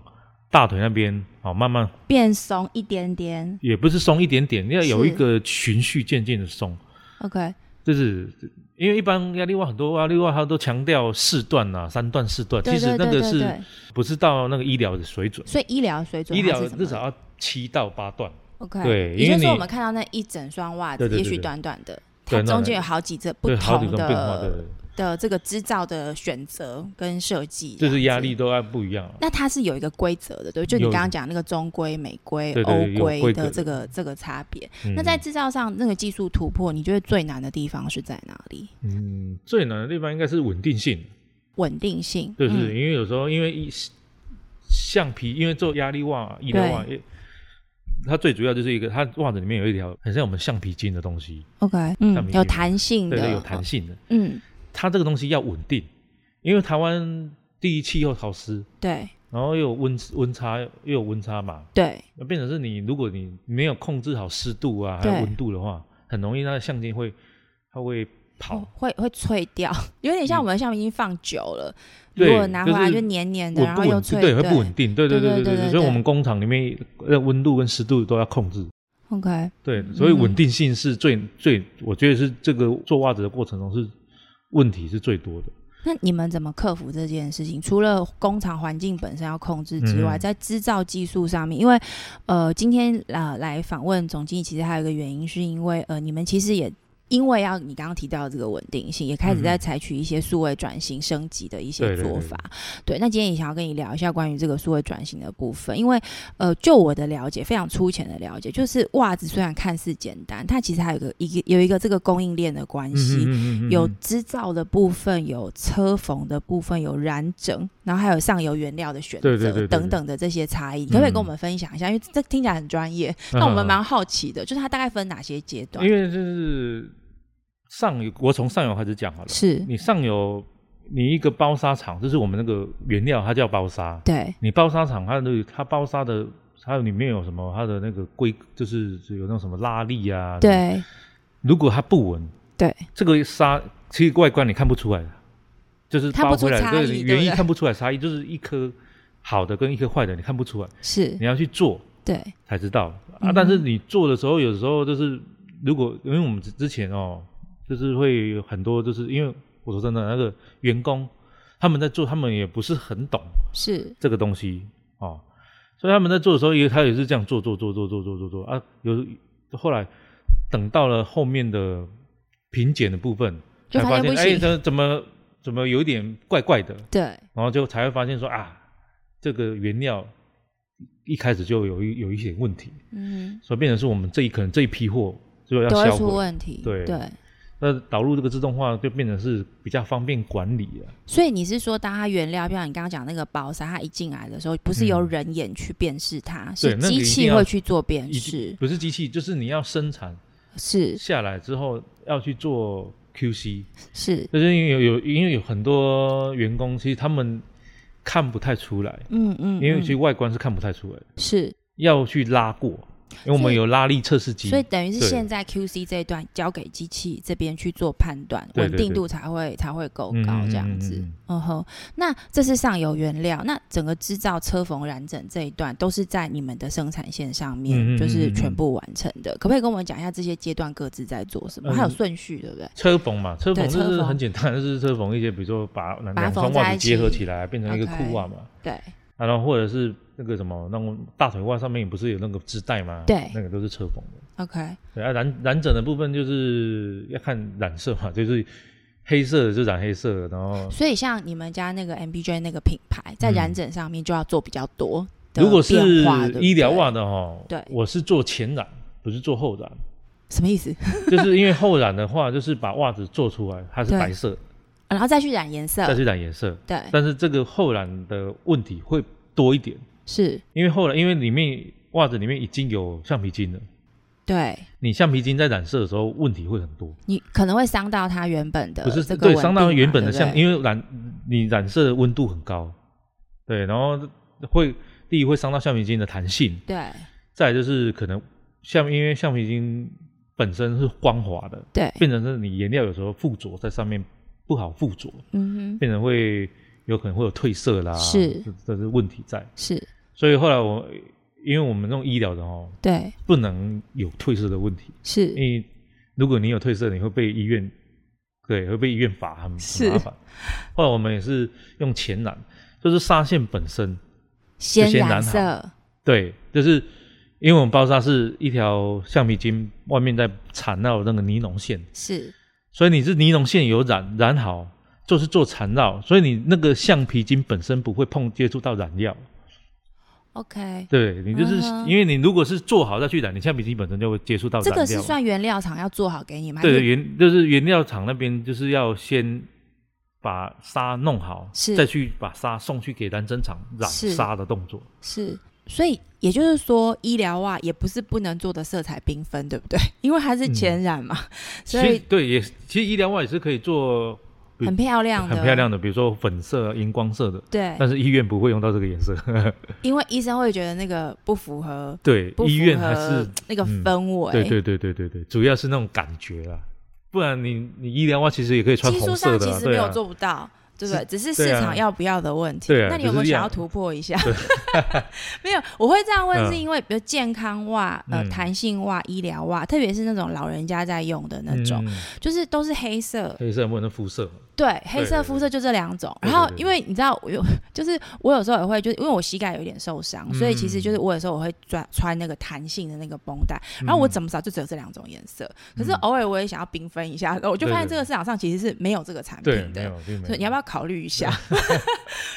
Speaker 3: 大腿那边哦慢慢，
Speaker 2: 变松一点点。
Speaker 3: 也不是松一点点，要有
Speaker 2: 是
Speaker 3: 一个循序渐进的松，
Speaker 2: OK，
Speaker 3: 就是。因为一般压力袜很多压力袜，它都强调四段啊，三段四段，
Speaker 2: 对
Speaker 3: 其实
Speaker 2: 对
Speaker 3: 那
Speaker 2: 对
Speaker 3: 个
Speaker 2: 对
Speaker 3: 是
Speaker 2: 对，
Speaker 3: 不是到那个医疗的水准。
Speaker 2: 所以医疗水准
Speaker 3: 医
Speaker 2: 它
Speaker 3: 疗
Speaker 2: 是什
Speaker 3: 至
Speaker 2: 么
Speaker 3: 少要七到八段，
Speaker 2: OK，
Speaker 3: 对
Speaker 2: 也
Speaker 3: 因
Speaker 2: 就是
Speaker 3: 为
Speaker 2: 说
Speaker 3: 你
Speaker 2: 我们看到那一整双袜子
Speaker 3: 对，对对
Speaker 2: 也许
Speaker 3: 对
Speaker 2: 短短的，
Speaker 3: 对
Speaker 2: 它
Speaker 3: 那
Speaker 2: 中间有好几这不
Speaker 3: 对好几
Speaker 2: 同
Speaker 3: 种变化，对，对
Speaker 2: 的的这个制造的选择跟设计，
Speaker 3: 对就是压
Speaker 2: 这样子
Speaker 3: 力都按不一样了。啊
Speaker 2: 那它是有一个规则的，对，就你
Speaker 3: 有
Speaker 2: 刚刚讲那个中规、美规、
Speaker 3: 对对
Speaker 2: 欧
Speaker 3: 对有
Speaker 2: 规
Speaker 3: 规格
Speaker 2: 的
Speaker 3: 的
Speaker 2: 这个这个差别。
Speaker 3: 嗯
Speaker 2: 那在制造上，那个技术突破，你觉得最难的地方是在哪里？
Speaker 3: 嗯最难的地方应该是稳定性，
Speaker 2: 稳定性，
Speaker 3: 就是
Speaker 2: 嗯
Speaker 3: 因为有时候因为一橡皮，因为做压力袜、医疗袜，也它最主要就是一个它袜子里面有一条很像我们橡皮筋的东西，
Speaker 2: OK，
Speaker 3: 上
Speaker 2: 嗯，
Speaker 3: 面
Speaker 2: 有
Speaker 3: 有
Speaker 2: 弹性
Speaker 3: 对
Speaker 2: 的，
Speaker 3: 对，有弹性的。
Speaker 2: 嗯，
Speaker 3: 它这个东西要稳定，因为台湾第一气候潮湿，
Speaker 2: 对
Speaker 3: 然后又有温温差，又有温差嘛，
Speaker 2: 对，
Speaker 3: 那变成是你，如果你没有控制好湿度啊，还
Speaker 2: 对
Speaker 3: 有温度的话，很容易那个橡筋会它会跑。
Speaker 2: 嗯会会脆掉，有点像
Speaker 3: 哦嗯
Speaker 2: 我们橡皮筋放久了，
Speaker 3: 对
Speaker 2: 如果拿回来
Speaker 3: 就是
Speaker 2: 就黏黏的，
Speaker 3: 稳
Speaker 2: 然
Speaker 3: 不
Speaker 2: 后又
Speaker 3: 稳定？
Speaker 2: 脆，
Speaker 3: 对，会不稳定。对
Speaker 2: 对
Speaker 3: 对
Speaker 2: 对对
Speaker 3: 对
Speaker 2: 对
Speaker 3: 所以
Speaker 2: 对
Speaker 3: 我们工厂里面呃温度跟湿度都要控制。
Speaker 2: OK，
Speaker 3: 对，所以
Speaker 2: 嗯
Speaker 3: 稳定性是最最，我觉得是这个做袜子的过程中是问题是最多的。
Speaker 2: 那你们怎么克服这件事情？除了工厂环境本身要控制之外，
Speaker 3: 嗯
Speaker 2: 在制造技术上面，因为呃，今天呃来访问总经理，其实还有一个原因，是因为呃，你们其实也。因为要你刚刚提到的这个稳定性，也开始在采取一些数位转型升级的一些
Speaker 3: 嗯对对
Speaker 2: 做
Speaker 3: 对
Speaker 2: 法。对，那今天也想要跟你聊一下关于这个数位转型的部分，因为呃，就我的了解，非常粗浅的了解，就是袜子虽然看似简单，它其实还有一个一个有一个这个供应链的关系。
Speaker 3: 嗯
Speaker 2: 有织造的部分，有车缝的部分，有染整，然后还有上游原料的选择
Speaker 3: 对对对对对
Speaker 2: 等等的这些差异，你可不可以
Speaker 3: 嗯
Speaker 2: 跟我们分享一下？因为这听起来很专业，那我们蛮好奇的，就是它大概分哪些阶段
Speaker 3: 因？为就是上游，我从上游开始讲好了。
Speaker 2: 是，
Speaker 3: 你上游，你一个包纱厂，就是我们那个原料，它叫包纱。
Speaker 2: 对，
Speaker 3: 你包纱厂，它的它包纱的，它里面有什么？它的那个规就是有那种什么拉力啊。。
Speaker 2: 对，
Speaker 3: 如果它不稳，
Speaker 2: 对，
Speaker 3: 这个纱其实外观你看不出来的，就是
Speaker 2: 看不
Speaker 3: 包
Speaker 2: 出
Speaker 3: 回来
Speaker 2: 差异
Speaker 3: 对
Speaker 2: 对不
Speaker 3: 原意
Speaker 2: 对
Speaker 3: 看不出来差异，就是一颗好的跟一颗坏的你看不出来，
Speaker 2: 是，
Speaker 3: 你要去做
Speaker 2: 对，
Speaker 3: 才知道
Speaker 2: 嗯
Speaker 3: 啊。但是你做的时候，有时候就是如果因为我们之之前哦，就是会有很多，就是因为我说真的，那个员工他们在做，他们也不是很懂
Speaker 2: 是，
Speaker 3: 这个东西哦，所以他们在做的时候也他也是这样做做做做做做做做啊，有后来等到了后面的品检的部分，
Speaker 2: 就
Speaker 3: 才
Speaker 2: 发
Speaker 3: 发
Speaker 2: 现
Speaker 3: 现
Speaker 2: 不
Speaker 3: 哎，
Speaker 2: 行，
Speaker 3: 这怎么怎么有点怪怪的，
Speaker 2: 对，
Speaker 3: 然后就才会发现说啊，这个原料一开始就有一有一些问题，
Speaker 2: 嗯，
Speaker 3: 所以变成是我们这一可能这一批货就要
Speaker 2: 都会
Speaker 3: 销
Speaker 2: 出
Speaker 3: 毁。
Speaker 2: 问题，
Speaker 3: 对那导入这个自动化就变成是比较方便管理了、
Speaker 2: 所以你是说，当它原料，比如你刚刚讲那个包纱，它一进来的时候，不是由
Speaker 3: 嗯
Speaker 2: 人眼去辨识它，
Speaker 3: 对
Speaker 2: 是
Speaker 3: 那个
Speaker 2: 机
Speaker 3: 一
Speaker 2: 器
Speaker 3: 定要
Speaker 2: 会去做辨
Speaker 3: 已
Speaker 2: 识
Speaker 3: 经，不是机器，就是你要生产
Speaker 2: 是
Speaker 3: 下来之后要去做 QC，
Speaker 2: 是，
Speaker 3: 就是因为有有因为有很多员工其实他们看不太出来，
Speaker 2: 嗯嗯，
Speaker 3: 因为
Speaker 2: 嗯
Speaker 3: 其实外观是看不太出来的，
Speaker 2: 是，
Speaker 3: 要去拉过，因为我
Speaker 2: 所
Speaker 3: 们
Speaker 2: 以
Speaker 3: 有拉力测试机，
Speaker 2: 所以等于是
Speaker 3: 对
Speaker 2: 现在 QC 这一段交给机器这边去做判断，
Speaker 3: 对
Speaker 2: 稳
Speaker 3: 对对
Speaker 2: 定度才会才会够
Speaker 3: 嗯
Speaker 2: 高
Speaker 3: 嗯
Speaker 2: 这样
Speaker 3: 嗯嗯
Speaker 2: 子
Speaker 3: 嗯。
Speaker 2: 嗯哼，那这是上游原料，那整个制造车缝染整这一段都是在你们的生产线上面，
Speaker 3: 嗯嗯嗯
Speaker 2: 就是
Speaker 3: 嗯
Speaker 2: 全
Speaker 3: 嗯
Speaker 2: 部完成的。可不可以跟我们讲一下这些阶段各自在做什么？
Speaker 3: 嗯
Speaker 2: 还有顺序，对不对？
Speaker 3: 车缝嘛，车缝
Speaker 2: 对
Speaker 3: 就
Speaker 2: 车
Speaker 3: 是
Speaker 2: 缝
Speaker 3: 很简单，就是车缝一些，比如说把两
Speaker 2: 把它
Speaker 3: 两
Speaker 2: 缝
Speaker 3: 双
Speaker 2: 在
Speaker 3: 袜
Speaker 2: 一
Speaker 3: 子
Speaker 2: 起
Speaker 3: 结合起来，变成一个裤袜嘛。
Speaker 2: 对，
Speaker 3: 啊然后或者是那个什么，那种大腿袜上面不是有那个织带吗？
Speaker 2: 对
Speaker 3: 那个都是车缝的。
Speaker 2: OK，
Speaker 3: 对啊，染染整的部分就是要看染色嘛， 就是黑色的就染黑色的，然后
Speaker 2: 所以像你们家那个 MBJ 那个品牌，在
Speaker 3: 嗯
Speaker 2: 染整上面就要做比较多的
Speaker 3: 如果是
Speaker 2: 变化对不
Speaker 3: 医疗
Speaker 2: 对
Speaker 3: 袜的哦，
Speaker 2: 对
Speaker 3: 我是做前染，不是做后染，
Speaker 2: 什么意思？
Speaker 3: 就是因为后染的话，就是把袜子做出来，它是
Speaker 2: 对
Speaker 3: 白色，
Speaker 2: 然后再去染颜色
Speaker 3: 再，去染颜色，
Speaker 2: 对，
Speaker 3: 但是这个后染的问题会多一点，
Speaker 2: 是，
Speaker 3: 因为后染因为里面袜子里面已经有橡皮筋了，
Speaker 2: 对。
Speaker 3: 你橡皮筋在染色的时候问题会很多，
Speaker 2: 你可能会伤到它原本的
Speaker 3: 不是
Speaker 2: 这个
Speaker 3: 对
Speaker 2: 稳
Speaker 3: 伤到
Speaker 2: 定
Speaker 3: 原
Speaker 2: 嘛
Speaker 3: 本的
Speaker 2: 对不
Speaker 3: 橡，
Speaker 2: 对
Speaker 3: 因为染你染色的温度很高，对，然后会第一会伤到橡皮筋的弹性，
Speaker 2: 对
Speaker 3: 再来就是可能橡因为橡皮筋本身是光滑的，
Speaker 2: 对，
Speaker 3: 变成是你颜料有时候附着在上面不好附着，
Speaker 2: 嗯哼，
Speaker 3: 变成会有可能会有褪色啦，
Speaker 2: 是
Speaker 3: 这这是问题在。
Speaker 2: 是，
Speaker 3: 所以后来我因为我们这种医疗的哦，
Speaker 2: 对，
Speaker 3: 不能有褪色的问题，因
Speaker 2: 是，
Speaker 3: 为如果你有褪色，你会被医院对会被医院罚，很
Speaker 2: 是
Speaker 3: 很麻烦。后来我们也是用浅染，就是纱线本身，
Speaker 2: 先
Speaker 3: 先
Speaker 2: 染
Speaker 3: 染好
Speaker 2: 色，
Speaker 3: 对，就是因为我们包纱是一条橡皮筋，外面再缠绕那个尼龙线，
Speaker 2: 是
Speaker 3: 所以你是尼龙线有染染好，就是做缠绕，所以你那个橡皮筋本身不会碰接触到染料，
Speaker 2: OK。
Speaker 3: 对你就是、
Speaker 2: 嗯哼
Speaker 3: 因为你如果是做好再去染，你橡皮筋本身就会接触到染
Speaker 2: 这
Speaker 3: 料。
Speaker 2: 个是算原料厂要做好给你吗？还
Speaker 3: 对
Speaker 2: 是，
Speaker 3: 原就是原料厂那边就是要先把纱弄好，
Speaker 2: 是
Speaker 3: 再去把纱送去给染针厂染
Speaker 2: 是
Speaker 3: 纱的动作。
Speaker 2: 是，所以也就是说，医疗袜也不是不能做的色彩缤纷，对不 对？因为它是
Speaker 3: 嗯
Speaker 2: 浅染嘛，
Speaker 3: 其
Speaker 2: 所
Speaker 3: 实
Speaker 2: 以
Speaker 3: 对也其实医疗袜也是可以做嗯对
Speaker 2: 很漂亮的，
Speaker 3: 很漂亮的，比如说粉色、荧光色的，
Speaker 2: 对，
Speaker 3: 但是医院不会用到这个颜色。
Speaker 2: 因为医生会觉得那个不符合，
Speaker 3: 对
Speaker 2: 不，符
Speaker 3: 医院还
Speaker 2: 合
Speaker 3: 是
Speaker 2: 那个
Speaker 3: 嗯
Speaker 2: 氛围，
Speaker 3: 对对对对对对，主要是那种感觉啦。不然你你医疗袜其实也可以穿
Speaker 2: 技术
Speaker 3: 红
Speaker 2: 上
Speaker 3: 色
Speaker 2: 其
Speaker 3: 的、啊，
Speaker 2: 实没
Speaker 3: 对
Speaker 2: 有
Speaker 3: 啊。
Speaker 2: 做不到，对不对？只是
Speaker 3: 对
Speaker 2: 市
Speaker 3: 啊
Speaker 2: 场要不要的问题。
Speaker 3: 对啊
Speaker 2: 那你
Speaker 3: 只
Speaker 2: 有没有
Speaker 3: 是
Speaker 2: 想要
Speaker 3: 要
Speaker 2: 突破一下？
Speaker 3: 对
Speaker 2: 没有，我会这样问，
Speaker 3: 嗯
Speaker 2: 是因为比如健康袜、呃
Speaker 3: 嗯
Speaker 2: 弹性袜、医疗袜，特别是那种老人家在用的那种，
Speaker 3: 嗯，
Speaker 2: 就是都是黑色。
Speaker 3: 黑色不能是肤色嘛，
Speaker 2: 对，黑色肤色就这两种。
Speaker 3: 对对
Speaker 2: 然后
Speaker 3: 对，对
Speaker 2: 因为你知道，我有就是我有时候也会，就是因为我膝盖有一点受伤，所以其实
Speaker 3: 嗯
Speaker 2: 就是我有时候我会穿穿那个弹性的那个绷带。然
Speaker 3: 嗯
Speaker 2: 后我怎么找就只有这两种颜色，可是偶尔我也想要缤纷一下，然后我就
Speaker 3: 对
Speaker 2: 发现
Speaker 3: 嗯对
Speaker 2: 这个市场上其实是没有这个产
Speaker 3: 对
Speaker 2: 品
Speaker 3: 没
Speaker 2: 的
Speaker 3: 有。并没
Speaker 2: 所
Speaker 3: 有
Speaker 2: 以你要不要考虑一下？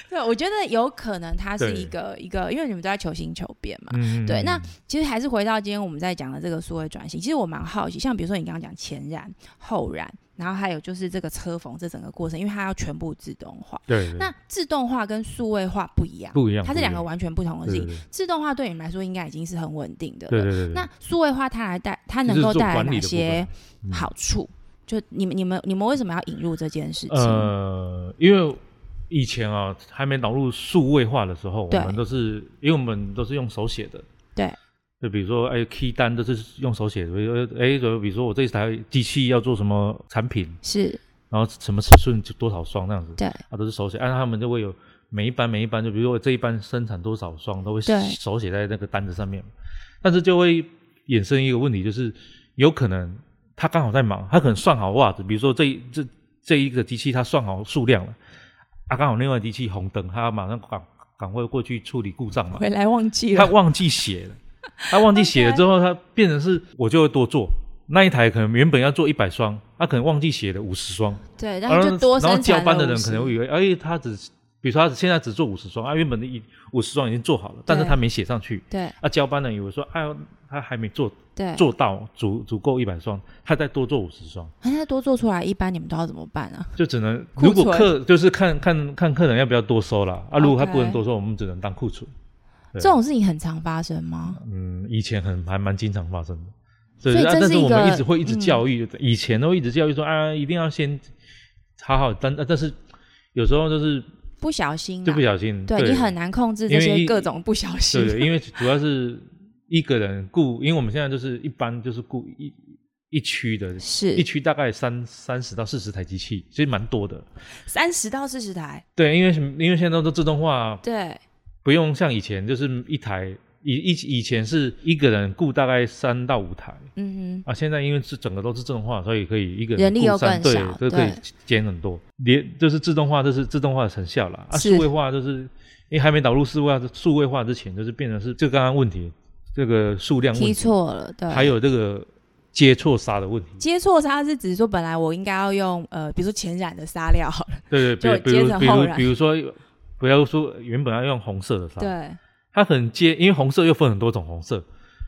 Speaker 2: 对，我觉得有可能它是
Speaker 3: 对
Speaker 2: 一个一个，因为你们都在求新求变嘛。
Speaker 3: 嗯
Speaker 2: 对那
Speaker 3: 嗯
Speaker 2: 其实还是回到今天我们在讲的这个数位转型，其实我蛮好奇，像比如说你刚刚讲前燃、后燃，然后还有就是这个车缝这整个过程，因为它要全部自动化。
Speaker 3: 对对
Speaker 2: 那自动化跟数位化不一样，
Speaker 3: 不一样，
Speaker 2: 它是
Speaker 3: 不一
Speaker 2: 两个
Speaker 3: 样
Speaker 2: 完全不同的事
Speaker 3: 对
Speaker 2: 情。
Speaker 3: 对对
Speaker 2: 自动化对你们来说应该已经是很稳定的了，
Speaker 3: 对对对对，
Speaker 2: 那数位化它来带，它嗯
Speaker 3: 就
Speaker 2: 能
Speaker 3: 是
Speaker 2: 够
Speaker 3: 做
Speaker 2: 带来
Speaker 3: 管理
Speaker 2: 哪
Speaker 3: 的部
Speaker 2: 些
Speaker 3: 分嗯
Speaker 2: 好处？就你们、你们、你们为什么要引入这件事情？
Speaker 3: 呃，因为以前啊，还没导入数位化的时候，
Speaker 2: 对
Speaker 3: 我们都是因为我们都是用手写的。
Speaker 2: 对。
Speaker 3: 就比如说，哎，key 单都是用手写的，比如说，哎，比如说我这台机器要做什么产品，
Speaker 2: 是
Speaker 3: 然后什么尺寸就多少双这样子，
Speaker 2: 对
Speaker 3: 啊，都是手写。按、他们就会有每一班每一班，就比如说我这一班生产多少双，都会
Speaker 2: 对
Speaker 3: 手写在那个单子上面。但是就会衍生一个问题，就是有可能他刚好在忙，他可能算好袜子，比如说这一这这一个机器他算好数量了，啊，刚好另外机器红灯，他马上赶赶快过去处理故障嘛，
Speaker 2: 回来忘记
Speaker 3: 他
Speaker 2: 了，
Speaker 3: 忘记写了，他忘记写了之后，他变成是我就会多做。那一台可能原本要做一百双，他可能忘记写了五十双，
Speaker 2: 对，然
Speaker 3: 然
Speaker 2: 后
Speaker 3: 后
Speaker 2: 就多生
Speaker 3: 然后交
Speaker 2: 产
Speaker 3: 班的
Speaker 2: 了
Speaker 3: 人可能
Speaker 2: 50
Speaker 3: 会以为，哎，他只比如说他现在只做五十双，啊，原本的一五十双已经做好了，但是
Speaker 2: 对
Speaker 3: 他没写上去。
Speaker 2: 对
Speaker 3: 啊，交班的人以为说，哎呦，他还没做
Speaker 2: 对，
Speaker 3: 做到足足够一百双，他再多做五十双，
Speaker 2: 那多做出来，一般你们都要怎么办啊？
Speaker 3: 就只能
Speaker 2: 库
Speaker 3: 如果
Speaker 2: 存
Speaker 3: 客就是看看看客人要不要多收啦。啊，如果他
Speaker 2: OK
Speaker 3: 不能多收，我们只能当库存。对
Speaker 2: 这种事情很常发生吗？
Speaker 3: 嗯，以前很还蛮经常发生的，
Speaker 2: 所以
Speaker 3: 对啊
Speaker 2: 这
Speaker 3: 但
Speaker 2: 是
Speaker 3: 是
Speaker 2: 一
Speaker 3: 我们
Speaker 2: 个
Speaker 3: 一直会一直
Speaker 2: 嗯
Speaker 3: 教育，以前都会一直教育说啊，一定要先好好，但但是有时候就是
Speaker 2: 不小心啊，
Speaker 3: 就不小心，
Speaker 2: 对你很难控制
Speaker 3: 因
Speaker 2: 这
Speaker 3: 为
Speaker 2: 些
Speaker 3: 一
Speaker 2: 各种不小心
Speaker 3: 对，对，因为主要是一个人雇，因为我们现在就是一般就是雇一一区的，一
Speaker 2: 是
Speaker 3: 区大概三三十到四十台机器，其实蛮多的。
Speaker 2: 三十到四十台，
Speaker 3: 对，因为什么因为现在都都自动化，
Speaker 2: 对
Speaker 3: 不用像以前就是一台以以以前是一个人雇大概三到五台
Speaker 2: 嗯
Speaker 3: 啊，现在因为是整个都是自动化，所以可以一个
Speaker 2: 人力
Speaker 3: 雇
Speaker 2: 又
Speaker 3: 三
Speaker 2: 更
Speaker 3: 对
Speaker 2: 少，
Speaker 3: 这可以
Speaker 2: 对
Speaker 3: 减很多。连就是自动化，这是自动化的成效啦。啊，
Speaker 2: 是
Speaker 3: 数位化就是因为还没导入数位化数位化之前，就是变成是就刚刚问题这个数量
Speaker 2: 哼，
Speaker 3: 问
Speaker 2: 踢
Speaker 3: 题，
Speaker 2: 错了，对，
Speaker 3: 还有这个接错杀的问题。
Speaker 2: 接错它是指说本来我应该要用呃，比如说浅染的沙料好了，
Speaker 3: 对对，比
Speaker 2: 就
Speaker 3: 如
Speaker 2: 接着
Speaker 3: 比
Speaker 2: 后
Speaker 3: 如
Speaker 2: 来
Speaker 3: 比如说，不要说原本要用红色的杀，
Speaker 2: 对
Speaker 3: 它很接，因为红色又分很多种红色，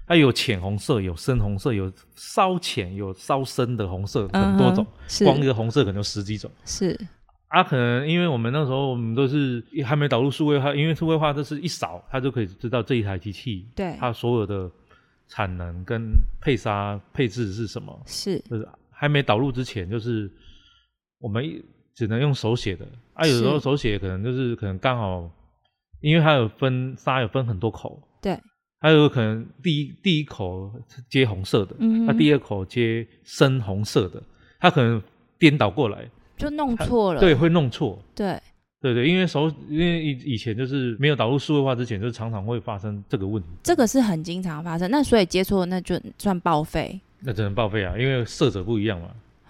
Speaker 3: 它有浅红色，有深红色，有稍浅，有稍深的红色，
Speaker 2: 嗯
Speaker 3: 很多种，
Speaker 2: 哼是
Speaker 3: 光一个红色可能有十几种。
Speaker 2: 是
Speaker 3: 啊，可能因为我们那时候我们都是还没导入数位化，因为数位化都是一扫，它就可以知道这一台机器
Speaker 2: 对
Speaker 3: 它所有的产能跟配沙配置是什么。
Speaker 2: 是
Speaker 3: 就是还没导入之前，就是我们一只能用手写的啊，有时候
Speaker 2: 是
Speaker 3: 手写可能就是可能刚好，因为它有分沙有分很多口，
Speaker 2: 对
Speaker 3: 还有可能第一第一口接红色的，
Speaker 2: 嗯
Speaker 3: 那、第二口接深红色的，它可能颠倒过来，
Speaker 2: 就弄错了，
Speaker 3: 对，会弄错。
Speaker 2: 对
Speaker 3: 对对，因为手，因为以以前就是没有导入数位化之前，就是常常会发生这个问题，
Speaker 2: 这个是很经常发生。那所以接错那就算报废，
Speaker 3: 那只能报废啊，因为色者不一样嘛。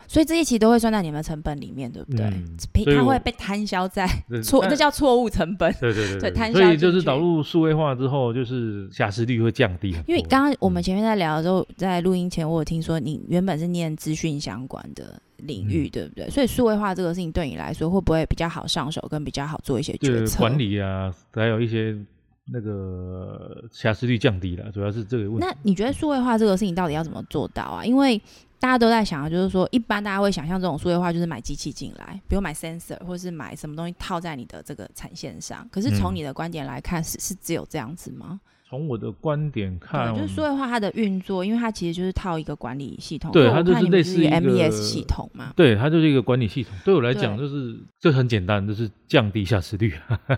Speaker 2: 所以这些其实都会算在你们成本里面，对不对？
Speaker 3: 嗯
Speaker 2: 平
Speaker 3: 所以
Speaker 2: 它
Speaker 3: 我
Speaker 2: 会被摊销在
Speaker 3: 对
Speaker 2: 错，
Speaker 3: 但嗯
Speaker 2: 那叫错误成本。
Speaker 3: 对对
Speaker 2: 对
Speaker 3: 对
Speaker 2: 摊销
Speaker 3: 所以就
Speaker 2: 进
Speaker 3: 是
Speaker 2: 去
Speaker 3: 导入数位化之后，就是瑕疵率会降低很多。
Speaker 2: 因为刚刚我们前面在聊的时候，在录音前我有听说你原本是念资讯相关的领
Speaker 3: 嗯
Speaker 2: 域，对不对？所以数位化这个事情对你来说会不会比较好上手，跟比较好做一些决
Speaker 3: 就是
Speaker 2: 策？
Speaker 3: 管理啊，还有一些那个瑕疵率降低了，主要是这个问题。
Speaker 2: 那你觉得数位化这个事情到底要怎么做到啊？因为大家都在想，啊就是说，一般大家会想象这种数位化就是买机器进来，比如买 sensor 或是买什么东西套在你的这个产线上。可是从
Speaker 3: 嗯
Speaker 2: 你的观点来看，是是只有这样子吗？
Speaker 3: 从我的观点看，
Speaker 2: 对，就是数位化它的运作，因为它其实就是套一个管理系统。
Speaker 3: 对
Speaker 2: 因为我
Speaker 3: 它就是
Speaker 2: 看你们
Speaker 3: 类似
Speaker 2: 一个
Speaker 3: 一个
Speaker 2: MES 系统 嘛。
Speaker 3: 对它就是一个管理系统。对我来
Speaker 2: 对
Speaker 3: 讲，就是这很简单，就是降低瑕疵率。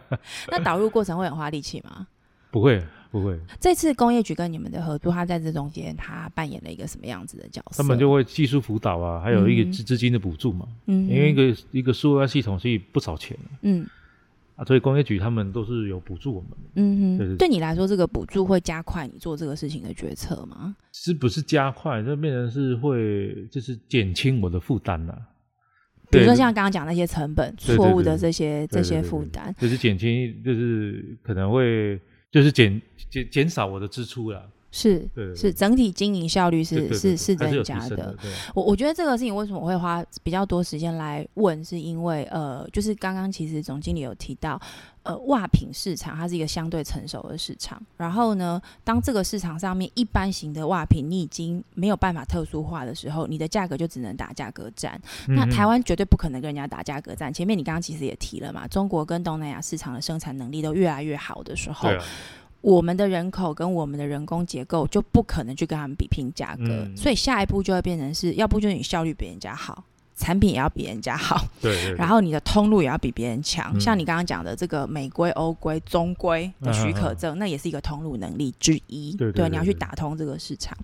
Speaker 2: 那导入过程会很花力气吗？
Speaker 3: 不会，不会，
Speaker 2: 这次工业局跟你们的合作，它在这中间它扮演了一个什么样子的角色？
Speaker 3: 他们就会技术辅导啊，还有一
Speaker 2: 嗯
Speaker 3: 个资资金的补助嘛。
Speaker 2: 嗯哼，
Speaker 3: 因为一个一个数位化系统是不少钱的
Speaker 2: 嗯
Speaker 3: 啊，所以工业局他们都是有补助我们的。
Speaker 2: 嗯
Speaker 3: 对对
Speaker 2: 哼，对
Speaker 3: 对
Speaker 2: 你来说，这个补助会加快你做这个事情的决策吗？
Speaker 3: 是不是加快，就变成是会就是减轻我的负担了。
Speaker 2: 比如
Speaker 3: 啊对
Speaker 2: 说像刚刚讲那些成本、
Speaker 3: 对对
Speaker 2: 错误的
Speaker 3: 对
Speaker 2: 这些这
Speaker 3: 对
Speaker 2: 些
Speaker 3: 对对
Speaker 2: 负
Speaker 3: 对
Speaker 2: 担，
Speaker 3: 就是减轻，就是可能会就是减减减少我的支出啦。
Speaker 2: 是
Speaker 3: 对对对
Speaker 2: 是整体经营效率
Speaker 3: 对对
Speaker 2: 是
Speaker 3: 对
Speaker 2: 是是
Speaker 3: 还是
Speaker 2: 增
Speaker 3: 有提
Speaker 2: 加
Speaker 3: 升
Speaker 2: 的
Speaker 3: 的。。对
Speaker 2: 我我觉得这个事情为什么我会花比较多时间来问，是因为呃，就是刚刚其实总经理有提到，呃，袜品市场它是一个相对成熟的市场。然后呢，当这个市场上面一般型的袜品你已经没有办法特殊化的时候，你的价格就只能打价格战。那
Speaker 3: 嗯
Speaker 2: 台
Speaker 3: 嗯
Speaker 2: 湾绝对不可能跟人家打价格战。前面你刚刚其实也提了嘛，中国跟东南亚市场的生产能力都越来越好的时候
Speaker 3: 对，啊，
Speaker 2: 我们的人口跟我们的人工结构就不可能去跟他们比拼价格，
Speaker 3: 嗯
Speaker 2: 所以下一步就会变成是要不就是你效率比人家好，产品也要比人家好，
Speaker 3: 对对对
Speaker 2: 然后你的通路也要比别人强。
Speaker 3: 嗯
Speaker 2: 像你刚刚讲的这个美规、欧规、中规的许可
Speaker 3: 嗯
Speaker 2: 证，那也是一个通路能力之一。
Speaker 3: 对对对
Speaker 2: 你要去打通这个市场。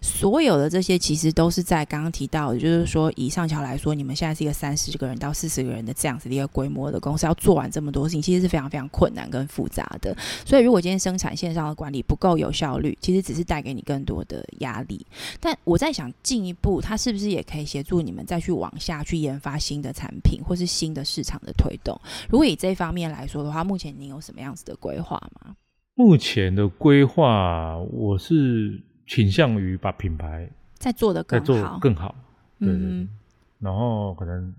Speaker 2: 所有的这些其实都是在刚刚提到的，就是说以上桥来说，你们现在是一个三十个人到四十个人的这样子的一个规模的公司，要做完这么多事情，其实是非常非常困难跟复杂的。所以如果今天生产线上的管理不够有效率，其实只是带给你更多的压力。但我在想，进一步它是不是也可以协助你们再去往下去研发新的产品，或是新的市场的推动？如果以这一方面来说的话，目前您有什么样子的规划吗？
Speaker 3: 目前的规划，我是倾向于把品牌
Speaker 2: 在做的
Speaker 3: 再
Speaker 2: 更
Speaker 3: 做
Speaker 2: 好，
Speaker 3: 更好。对对对
Speaker 2: 嗯，
Speaker 3: 然后可能，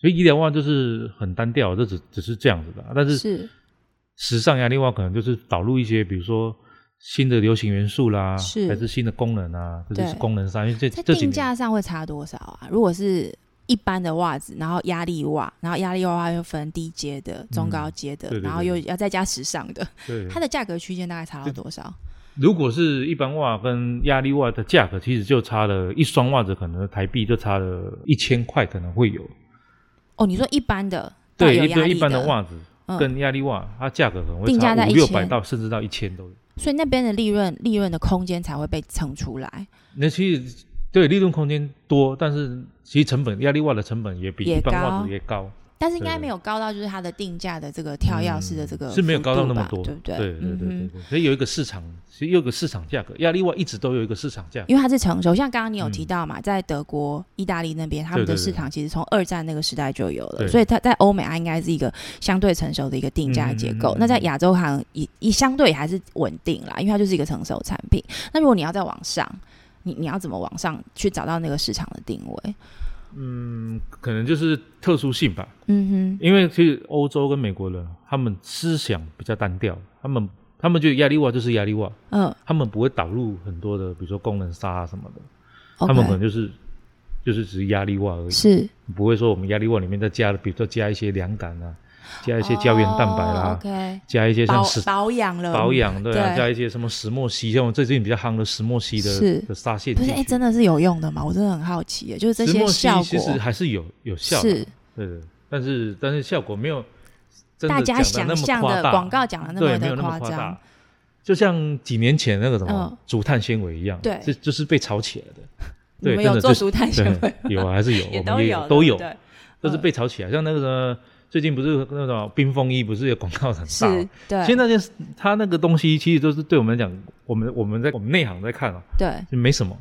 Speaker 3: 所以医疗袜就是很单调，这只只是这样子的啊。但
Speaker 2: 哼，
Speaker 3: 是
Speaker 2: 是
Speaker 3: 时尚压力袜可能就是导入一些，比如说新的流行元素啦，
Speaker 2: 是
Speaker 3: 还是新的功能啊，这
Speaker 2: 对
Speaker 3: 就是功能上，因为这
Speaker 2: 在
Speaker 3: 这几
Speaker 2: 定
Speaker 3: 年
Speaker 2: 价上会差多少啊？如果是一般的袜子，然后压力袜，然后压力袜又分低阶的、中高阶的，
Speaker 3: 对对对
Speaker 2: 然后又要再加时尚的，
Speaker 3: 对
Speaker 2: 它的价格区间大概差到多少？
Speaker 3: 如果是一般袜跟压力袜的价格，其实就差了一双袜子，可能台币就差了一千块，可能会有。
Speaker 2: 哦，你说一般的，
Speaker 3: 对，
Speaker 2: 有
Speaker 3: 一
Speaker 2: 压
Speaker 3: 对
Speaker 2: 力
Speaker 3: 一般的袜子
Speaker 2: 嗯
Speaker 3: 跟压力袜，它价格可能会
Speaker 2: 定价
Speaker 3: 差
Speaker 2: 在
Speaker 3: 五六百
Speaker 2: 1000
Speaker 3: 到甚至到一千都有。
Speaker 2: 所以那边的利润利润的空间才会被撑出来，
Speaker 3: 那其实对利润空间多，但是其实成本压力袜的成本也比
Speaker 2: 也
Speaker 3: 一般
Speaker 2: 高
Speaker 3: 袜子也高，
Speaker 2: 但是应该
Speaker 3: 对嗯
Speaker 2: 没有高到就是它的定价的这个跳跃式的这个、
Speaker 3: 是没有高到那么多，
Speaker 2: 对不对？
Speaker 3: 对对对对
Speaker 2: 嗯哼
Speaker 3: 对所以有一个市场，其实有一个市场价格，压力袜一直都有一个市场价格。
Speaker 2: 因为它是成熟，像刚刚你有提到嘛，在德国、意大利那边，他们的
Speaker 3: 嗯对对对
Speaker 2: 市场其实从二战那个时代就有了，
Speaker 3: 对
Speaker 2: 所以它在欧美啊它应该是一个相对成熟的一个定价结构。
Speaker 3: 嗯嗯嗯嗯
Speaker 2: 那在亚洲行也也相对还是稳定啦，因为它就是一个成熟产品。那如果你要再往上，你你要怎么往上去找到那个市场的定位？
Speaker 3: 嗯，可能就是特殊性吧，
Speaker 2: 嗯哼，
Speaker 3: 因为其实欧洲跟美国人他们思想比较单调，他们他们觉得压力袜就是压力袜，
Speaker 2: 嗯
Speaker 3: 他们不会导入很多的，比如说功能纱啊什么的，他们可能
Speaker 2: ，OK，
Speaker 3: 就是就是只是压力袜而已。
Speaker 2: 是
Speaker 3: 不会说我们压力袜里面再加了，比如说加一些凉感啊，加一些胶原蛋白啦、
Speaker 2: 哦，OK，
Speaker 3: 加一些像
Speaker 2: 保
Speaker 3: 石
Speaker 2: 保养了，
Speaker 3: 保养对啊，
Speaker 2: 对
Speaker 3: 加一些什么石墨烯，像我最近比较夯的石墨烯
Speaker 2: 是
Speaker 3: 的的纱线
Speaker 2: 不
Speaker 3: 进
Speaker 2: 是
Speaker 3: 去，
Speaker 2: 哎、真的是有用的吗？我真的很好奇耶，就是这
Speaker 3: 石
Speaker 2: 些
Speaker 3: 墨烯
Speaker 2: 效
Speaker 3: 其实
Speaker 2: 果
Speaker 3: 还是有有效的，
Speaker 2: 是。
Speaker 3: 对的，但是但是效果没有真
Speaker 2: 大
Speaker 3: 的
Speaker 2: 家
Speaker 3: 讲
Speaker 2: 想
Speaker 3: 得那
Speaker 2: 象
Speaker 3: 么
Speaker 2: 的
Speaker 3: 夸大
Speaker 2: 广告讲的那
Speaker 3: 对
Speaker 2: 么
Speaker 3: 没有
Speaker 2: 的
Speaker 3: 那么
Speaker 2: 夸
Speaker 3: 夸
Speaker 2: 张
Speaker 3: 大，。就像几年前那个什么
Speaker 2: 嗯
Speaker 3: 竹炭纤维一样，
Speaker 2: 对
Speaker 3: 这就是被炒起来 的。
Speaker 2: 你
Speaker 3: 对，
Speaker 2: 们有
Speaker 3: 真的
Speaker 2: 做
Speaker 3: 就是
Speaker 2: 竹炭纤维
Speaker 3: 对，有啊，还是有，
Speaker 2: 也
Speaker 3: 我
Speaker 2: 都
Speaker 3: 们也
Speaker 2: 有
Speaker 3: 都有，
Speaker 2: 对
Speaker 3: 都
Speaker 2: 嗯
Speaker 3: 是被炒起来。像那个什么，最近不是那种冰风衣，不是有广告很大
Speaker 2: 是
Speaker 3: 吗？，
Speaker 2: 对，
Speaker 3: 其实那件事它那个东西，其实都是对我们来讲，我们我们在我们内行在看啊，
Speaker 2: 对
Speaker 3: 就没什么，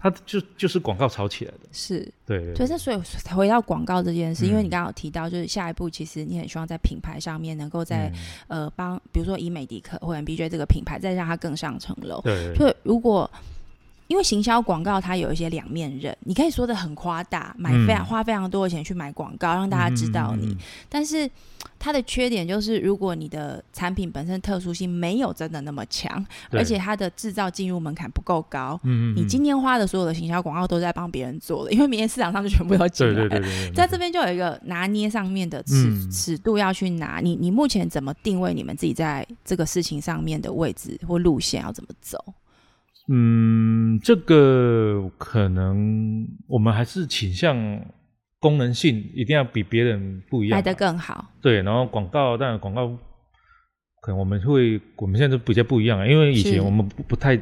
Speaker 3: 它就就是广告炒起来的。
Speaker 2: 是，
Speaker 3: 对对
Speaker 2: 所
Speaker 3: 对
Speaker 2: 以，那所以才回到广告这件事，因为你
Speaker 3: 嗯
Speaker 2: 刚刚有提到，就是下一步其实你很希望在品牌上面能够在
Speaker 3: 嗯
Speaker 2: 呃帮，比如说以美的可或者 BJ 这个品牌，再让它更上层楼。
Speaker 3: 对对
Speaker 2: 所以如果因为行销广告它有一些两面刃，你可以说的很夸大，买非常、
Speaker 3: 嗯
Speaker 2: 花非常多的钱去买广告，让大家知道你。
Speaker 3: 嗯嗯嗯嗯
Speaker 2: 但是它的缺点就是，如果你的产品本身特殊性没有真的那么强，
Speaker 3: 嗯对
Speaker 2: 而且它的制造进入门槛不够高，
Speaker 3: 嗯，嗯
Speaker 2: 你今天花的所有的行销广告都在帮别人做的， 因为明天市场上就全部都进
Speaker 3: 对
Speaker 2: 来
Speaker 3: 对
Speaker 2: 了
Speaker 3: 对对
Speaker 2: 呃
Speaker 3: 对，
Speaker 2: 在这
Speaker 3: 没错
Speaker 2: 边就有一个拿捏上面的尺、
Speaker 3: 嗯
Speaker 2: 尺度要去拿，你你目前怎么定位你们自己在这个事情上面的位置或路线要怎么走？
Speaker 3: 嗯，这个可能我们还是倾向功能性一定要比别人不一样
Speaker 2: 来
Speaker 3: 啊，
Speaker 2: 得更好，
Speaker 3: 对，然后广告，当然广告可能我们会，我们现在都比较不一样啊，因为以
Speaker 2: 是
Speaker 3: 前我们不不太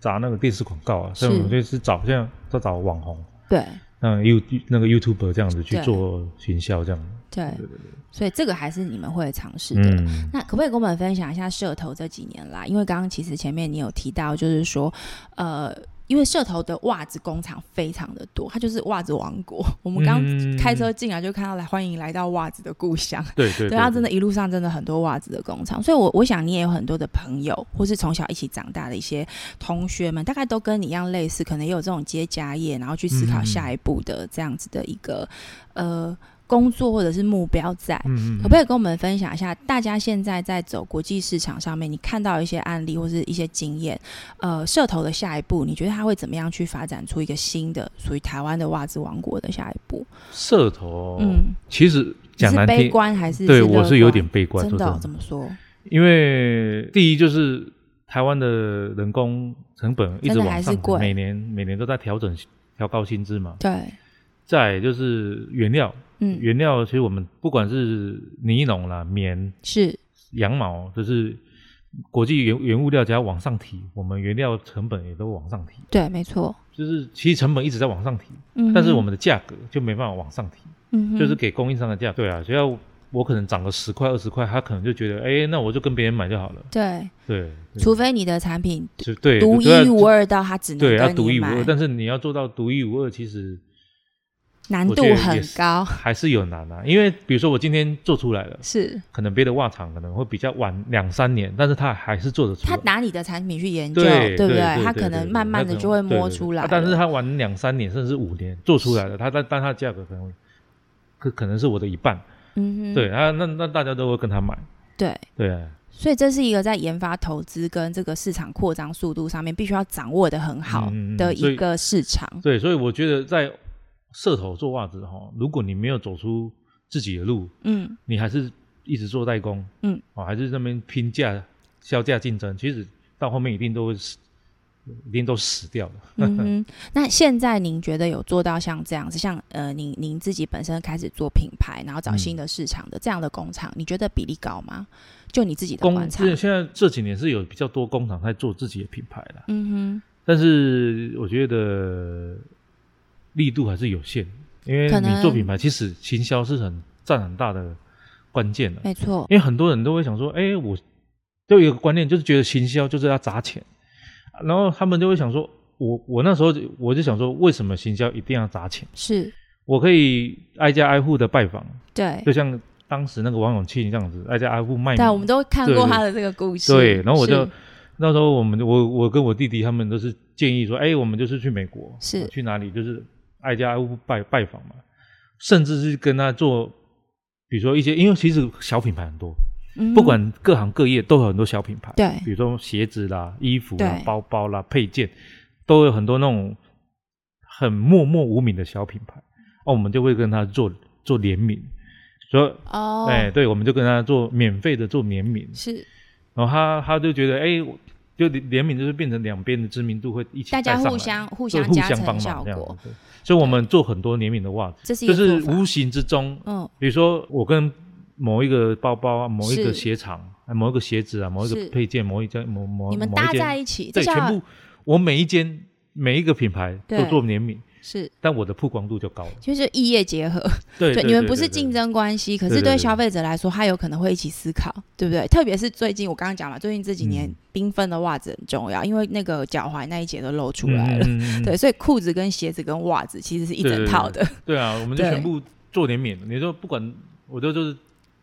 Speaker 3: 砸那个电视广告啊，所以我们就是找现在都找网红，
Speaker 2: 对
Speaker 3: 嗯，You 那个 YouTuber 这样子去
Speaker 2: 对
Speaker 3: 做行销这样。
Speaker 2: 对
Speaker 3: 对对对，
Speaker 2: 所以这个还是你们会尝试的。
Speaker 3: 嗯，
Speaker 2: 那可不可以跟我们分享一下社头这几年来？因为刚刚其实前面你有提到，就是说，呃，因为社头的袜子工厂非常的多，它就是袜子王国。 我们刚
Speaker 3: 嗯
Speaker 2: 开车进来就看到来，欢迎来到袜子的故乡。
Speaker 3: 对对
Speaker 2: 对，它啊真的，一路上真的很多袜子的工厂，所以我我想你也有很多的朋友，或是从小一起长大的一些同学们，大概都跟你一样类似，可能也有这种接家业，然后去思考
Speaker 3: 嗯
Speaker 2: 下一步的这样子的一个、呃工作或者是目标在。
Speaker 3: 嗯，嗯
Speaker 2: 可不可以跟我们分享一下，大家现在在走国际市场上面，你看到一些案例或是一些经验，呃，社头的下一步，你觉得他会怎么样去发展出一个新的属于台湾的袜子王国的下一步？
Speaker 3: 社头，
Speaker 2: 嗯，
Speaker 3: 其实
Speaker 2: 你
Speaker 3: 哦讲
Speaker 2: 是
Speaker 3: 难
Speaker 2: 悲
Speaker 3: 听，
Speaker 2: 观还是
Speaker 3: 对
Speaker 2: 乐
Speaker 3: 我是有
Speaker 2: 观
Speaker 3: 点悲观，
Speaker 2: 真
Speaker 3: 说
Speaker 2: 的哦、
Speaker 3: 真
Speaker 2: 怎么说？
Speaker 3: 因为第一就是台湾的人工成本一直
Speaker 2: 真的
Speaker 3: 往
Speaker 2: 还是
Speaker 3: 上
Speaker 2: 贵
Speaker 3: 涨，每年每年都在调整调高薪资嘛。
Speaker 2: 对，
Speaker 3: 再来就是原料，
Speaker 2: 嗯，
Speaker 3: 原料其实我们不管是尼龙啦、棉、
Speaker 2: 是
Speaker 3: 羊毛，就是国际原原物料只要往上提，我们原料成本也都往上提，
Speaker 2: 对，没错。
Speaker 3: 就是其实成本一直在往上提，
Speaker 2: 嗯哼，
Speaker 3: 但是我们的价格就没办法往上提。
Speaker 2: 嗯哼
Speaker 3: 就是给供应商的价格。对啊，只要我可能涨个十块二十块，他可能就觉得，哎、那我就跟别人买就好了。
Speaker 2: 对，
Speaker 3: 对，
Speaker 2: 除非你的产品
Speaker 3: 对对
Speaker 2: 独一
Speaker 3: 对啊
Speaker 2: 无二到它只能
Speaker 3: 对，要
Speaker 2: 跟
Speaker 3: 独
Speaker 2: 你
Speaker 3: 一无
Speaker 2: 买
Speaker 3: 二。但是你要做到独一无二，其实
Speaker 2: 难
Speaker 3: 我
Speaker 2: 度
Speaker 3: 觉得
Speaker 2: 很
Speaker 3: 也是
Speaker 2: 高，
Speaker 3: 还是有难啊。因为比如说我今天做出来了，
Speaker 2: 是
Speaker 3: 可能别的袜厂可能会比较晚两三年，但是他还是做得出
Speaker 2: 他
Speaker 3: 来。
Speaker 2: 拿你的产品去研究，
Speaker 3: 对
Speaker 2: 不
Speaker 3: 对
Speaker 2: 他可能慢慢的就会摸出来了。
Speaker 3: 但是他玩两三年甚至五年做出来了，他但但他的价格可能可可能是我的一半，
Speaker 2: 嗯哼，
Speaker 3: 对啊，那那大家都会跟他买，
Speaker 2: 对，
Speaker 3: 对啊，
Speaker 2: 所以这是一个在研发、投资跟这个市场扩张速度上面必须要掌握的很好
Speaker 3: 嗯嗯嗯
Speaker 2: 的
Speaker 3: 所
Speaker 2: 一
Speaker 3: 以
Speaker 2: 个市场。
Speaker 3: 对，所以我觉得在社头做袜子哈，如果你没有走出自己的路，
Speaker 2: 嗯，
Speaker 3: 你还是一直做代工，
Speaker 2: 嗯，
Speaker 3: 哦，还是那边拼价、销价竞争，其实到后面一定都会死，一定都死掉的。
Speaker 2: 嗯 哼，那现在您觉得有做到像这样子，像呃，您您自己本身开始做品牌，然后找
Speaker 3: 嗯
Speaker 2: 新的市场的这样的工厂，你觉得比例高吗？就你自己的
Speaker 3: 工
Speaker 2: 观察，
Speaker 3: 现现在这几年是有比较多工厂在做自己的品牌了，
Speaker 2: 嗯
Speaker 3: 但是我觉得力度还是有限，因为
Speaker 2: 可能
Speaker 3: 你做品牌，其实行销是很占很大的关键的
Speaker 2: 哼，。没错，
Speaker 3: 因为很多人都会想说，哎、我就有一个观念，就是觉得行销就是要砸钱，然后他们就会想说，我我那时候就我就想说，为什么行销一定要砸钱？
Speaker 2: 是
Speaker 3: 我可以挨家挨户的拜访，
Speaker 2: 对
Speaker 3: 就。像当时那个王永庆这样子，挨家挨户卖米。
Speaker 2: 但我们都看过
Speaker 3: 对
Speaker 2: 他的这个故事，
Speaker 3: 对，然后我就是那时候我们我我跟我弟弟他们都是建议说，哎、我们就是去美国，啊
Speaker 2: 是
Speaker 3: 去哪里就是挨家挨户拜拜访嘛，甚至是跟他做，比如说一些，因为其实小品牌很多，
Speaker 2: 嗯
Speaker 3: 不管各行各业都有很多小品牌，
Speaker 2: 对
Speaker 3: 比如说鞋子啦、衣服啦
Speaker 2: 对、
Speaker 3: 包包啦、配件，都有很多那种很默默无名的小品牌，哦，我们就会跟他做做联名，说，
Speaker 2: 哦，
Speaker 3: 哎、对，我们就跟他做免费的做联名，
Speaker 2: 是
Speaker 3: 然后他他就觉得，哎、我就联联名就是变成两边的知名度会一起
Speaker 2: 大
Speaker 3: 带
Speaker 2: 家
Speaker 3: 上来，
Speaker 2: 互相互
Speaker 3: 对
Speaker 2: 相
Speaker 3: 互
Speaker 2: 加
Speaker 3: 相
Speaker 2: 成
Speaker 3: 帮忙
Speaker 2: 效
Speaker 3: 这样
Speaker 2: 果，
Speaker 3: 子对所以我们做很多联名的袜子，
Speaker 2: 这是一
Speaker 3: 就
Speaker 2: 个
Speaker 3: 是
Speaker 2: 做法
Speaker 3: 无哦形之中，
Speaker 2: 嗯，
Speaker 3: 比如说我跟某一个包包啊，某一
Speaker 2: 是
Speaker 3: 个鞋厂啊，某一个鞋子啊，某一
Speaker 2: 是
Speaker 3: 个配件，某一件某某
Speaker 2: 你们
Speaker 3: 某一
Speaker 2: 搭
Speaker 3: 间
Speaker 2: 在一起，这
Speaker 3: 对，
Speaker 2: 叫
Speaker 3: 全部我每一间每一个品牌
Speaker 2: 对
Speaker 3: 都做联名，
Speaker 2: 是
Speaker 3: 但我的曝光度就高了。
Speaker 2: 就是异业结合，
Speaker 3: 对
Speaker 2: 你们不是竞，争关系，可是
Speaker 3: 对对
Speaker 2: 对
Speaker 3: 对
Speaker 2: 消费者来说，他有可能会一起思考，对不对？特别是最近我刚刚讲了，最近这几年
Speaker 3: 嗯
Speaker 2: 缤纷的袜子很重要，因为那个脚踝那一节都露出
Speaker 3: 对对
Speaker 2: 来
Speaker 3: 对
Speaker 2: 了，
Speaker 3: 嗯 嗯嗯嗯
Speaker 2: 对，所以裤子跟鞋子跟袜子其实是一整套的，
Speaker 3: 对啊，我们就
Speaker 2: 对
Speaker 3: 全部做联名。你说不管，我就就是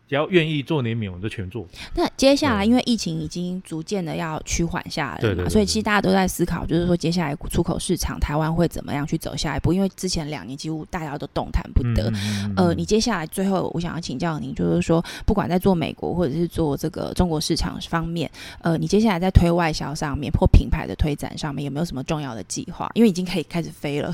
Speaker 3: 只要愿意做联名，我就全做。
Speaker 2: 那接下来，
Speaker 3: 对
Speaker 2: 因为疫情已经逐渐的要趋缓下来了嘛，
Speaker 3: 对对对对
Speaker 2: 所以其实大家都在思考，就是说接下来出口市场台湾会怎么样去走下一步？因为之前两年几乎大家都动弹不得。
Speaker 3: 嗯，嗯嗯
Speaker 2: 呃，你接下来最后我想要请教您，就是说，不管在做美国或者是做这个中国市场方面，呃，你接下来在推外销上面或品牌的推展上面有没有什么重要的计划？因为已经可以开始飞了，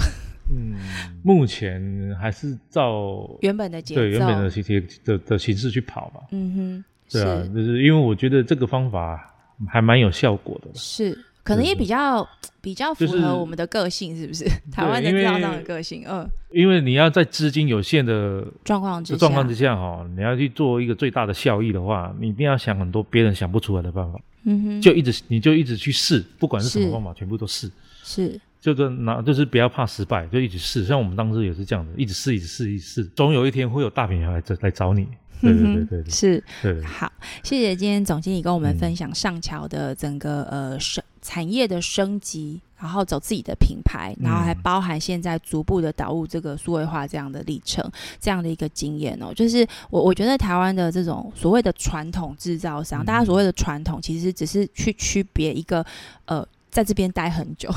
Speaker 3: 嗯，目前还是照
Speaker 2: 原本的节奏，
Speaker 3: 对原本的形形的的形式去跑吧。
Speaker 2: 嗯哼，
Speaker 3: 对啊，
Speaker 2: 是
Speaker 3: 就是因为我觉得这个方法还蛮有效果的啦。
Speaker 2: 是，可能也比较比较符
Speaker 3: 就是
Speaker 2: 合我们的个性，是不是？台湾的
Speaker 3: 因
Speaker 2: 制
Speaker 3: 为
Speaker 2: 造商的个性，嗯，
Speaker 3: 因为你要在资金有限的
Speaker 2: 状况之下，
Speaker 3: 状况之下哈、你要去做一个最大的效益的话，你一定要想很多别人想不出来的办法，
Speaker 2: 嗯哼，
Speaker 3: 就一直你就一直去试，不管是什
Speaker 2: 是
Speaker 3: 么方法，全部都试。
Speaker 2: 是
Speaker 3: 就是拿，就是不要怕失败，就一直试。像我们当时也是这样的，一直试，一直试，一直试，总有一天会有大品牌来来找你。对
Speaker 2: 嗯
Speaker 3: 对对
Speaker 2: 哼
Speaker 3: 对对
Speaker 2: 是
Speaker 3: 对 对，
Speaker 2: 好，谢谢今天总经理跟我们
Speaker 3: 嗯
Speaker 2: 分享上桥的整个呃升产业的升级，然后走自己的品牌，然后还
Speaker 3: 嗯
Speaker 2: 包含现在逐步的导入这个数位化这样的历程，这样的一个经验哦。就是我我觉得台湾的这种所谓的传统制造商，
Speaker 3: 嗯
Speaker 2: 大家所谓的传统，其实只是去区别一个呃在这边待很久。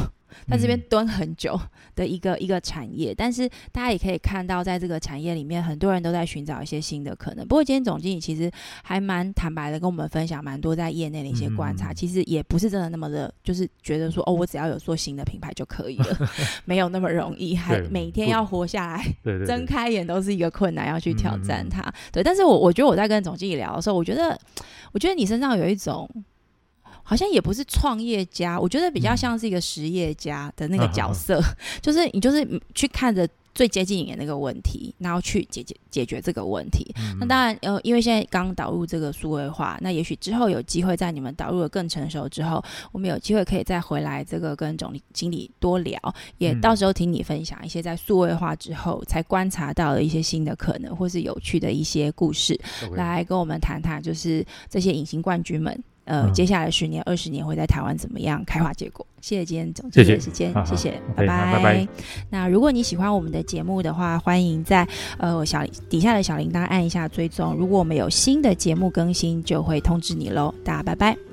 Speaker 2: 在这边
Speaker 3: 嗯
Speaker 2: 蹲很久的一个一个产业，但是大家也可以看到，在这个产业里面，很多人都在寻找一些新的可能。不过今天总经理其实还蛮坦白的，跟我们分享蛮多在业内的一些观察。
Speaker 3: 嗯
Speaker 2: 其实也不是真的那么的，就是觉得说哦，我只要有做新的品牌就可以了， 没有那么容易，还
Speaker 3: 对
Speaker 2: 每天
Speaker 3: 不
Speaker 2: 要活下来，
Speaker 3: 对对
Speaker 2: 睁
Speaker 3: 对，
Speaker 2: 开眼都是一个困难，要去挑战
Speaker 3: 嗯嗯嗯
Speaker 2: 它。对，但是我我觉得我在跟总经理聊的时候，我觉得，我觉得你身上有一种。好像也不是创业家，我觉得比较
Speaker 3: 嗯
Speaker 2: 像是一个实业家的那个
Speaker 3: 啊哈
Speaker 2: 角
Speaker 3: 哈
Speaker 2: 色， 就是你就是去看着最接近你的那个问题，然后去解决解决这个问题。
Speaker 3: 嗯
Speaker 2: 那当然，呃，因为现在刚导入这个数位化，那也许之后有机会在你们导入的更成熟之后，我们有机会可以再回来这个跟总经理多聊，也
Speaker 3: 嗯
Speaker 2: 到时候听你分享一些在数位化之后才观察到的一些新的可能，或是有趣的一些故事，
Speaker 3: 嗯 OK
Speaker 2: 来跟我们谈谈，就是这些隐形冠军们。呃，
Speaker 3: 嗯
Speaker 2: 接下来十年、二十年会在台湾怎么样开花结果？谢谢今天总
Speaker 3: 谢
Speaker 2: 经理的
Speaker 3: 谢
Speaker 2: 时间，
Speaker 3: 好
Speaker 2: 谢
Speaker 3: 好
Speaker 2: 谢，拜
Speaker 3: OK，好拜拜
Speaker 2: 那如果你喜欢我们的节目的话，欢迎在呃小底下的小铃铛按一下追踪。如果我们有新的节目更新，就会通知你喽。大家拜拜。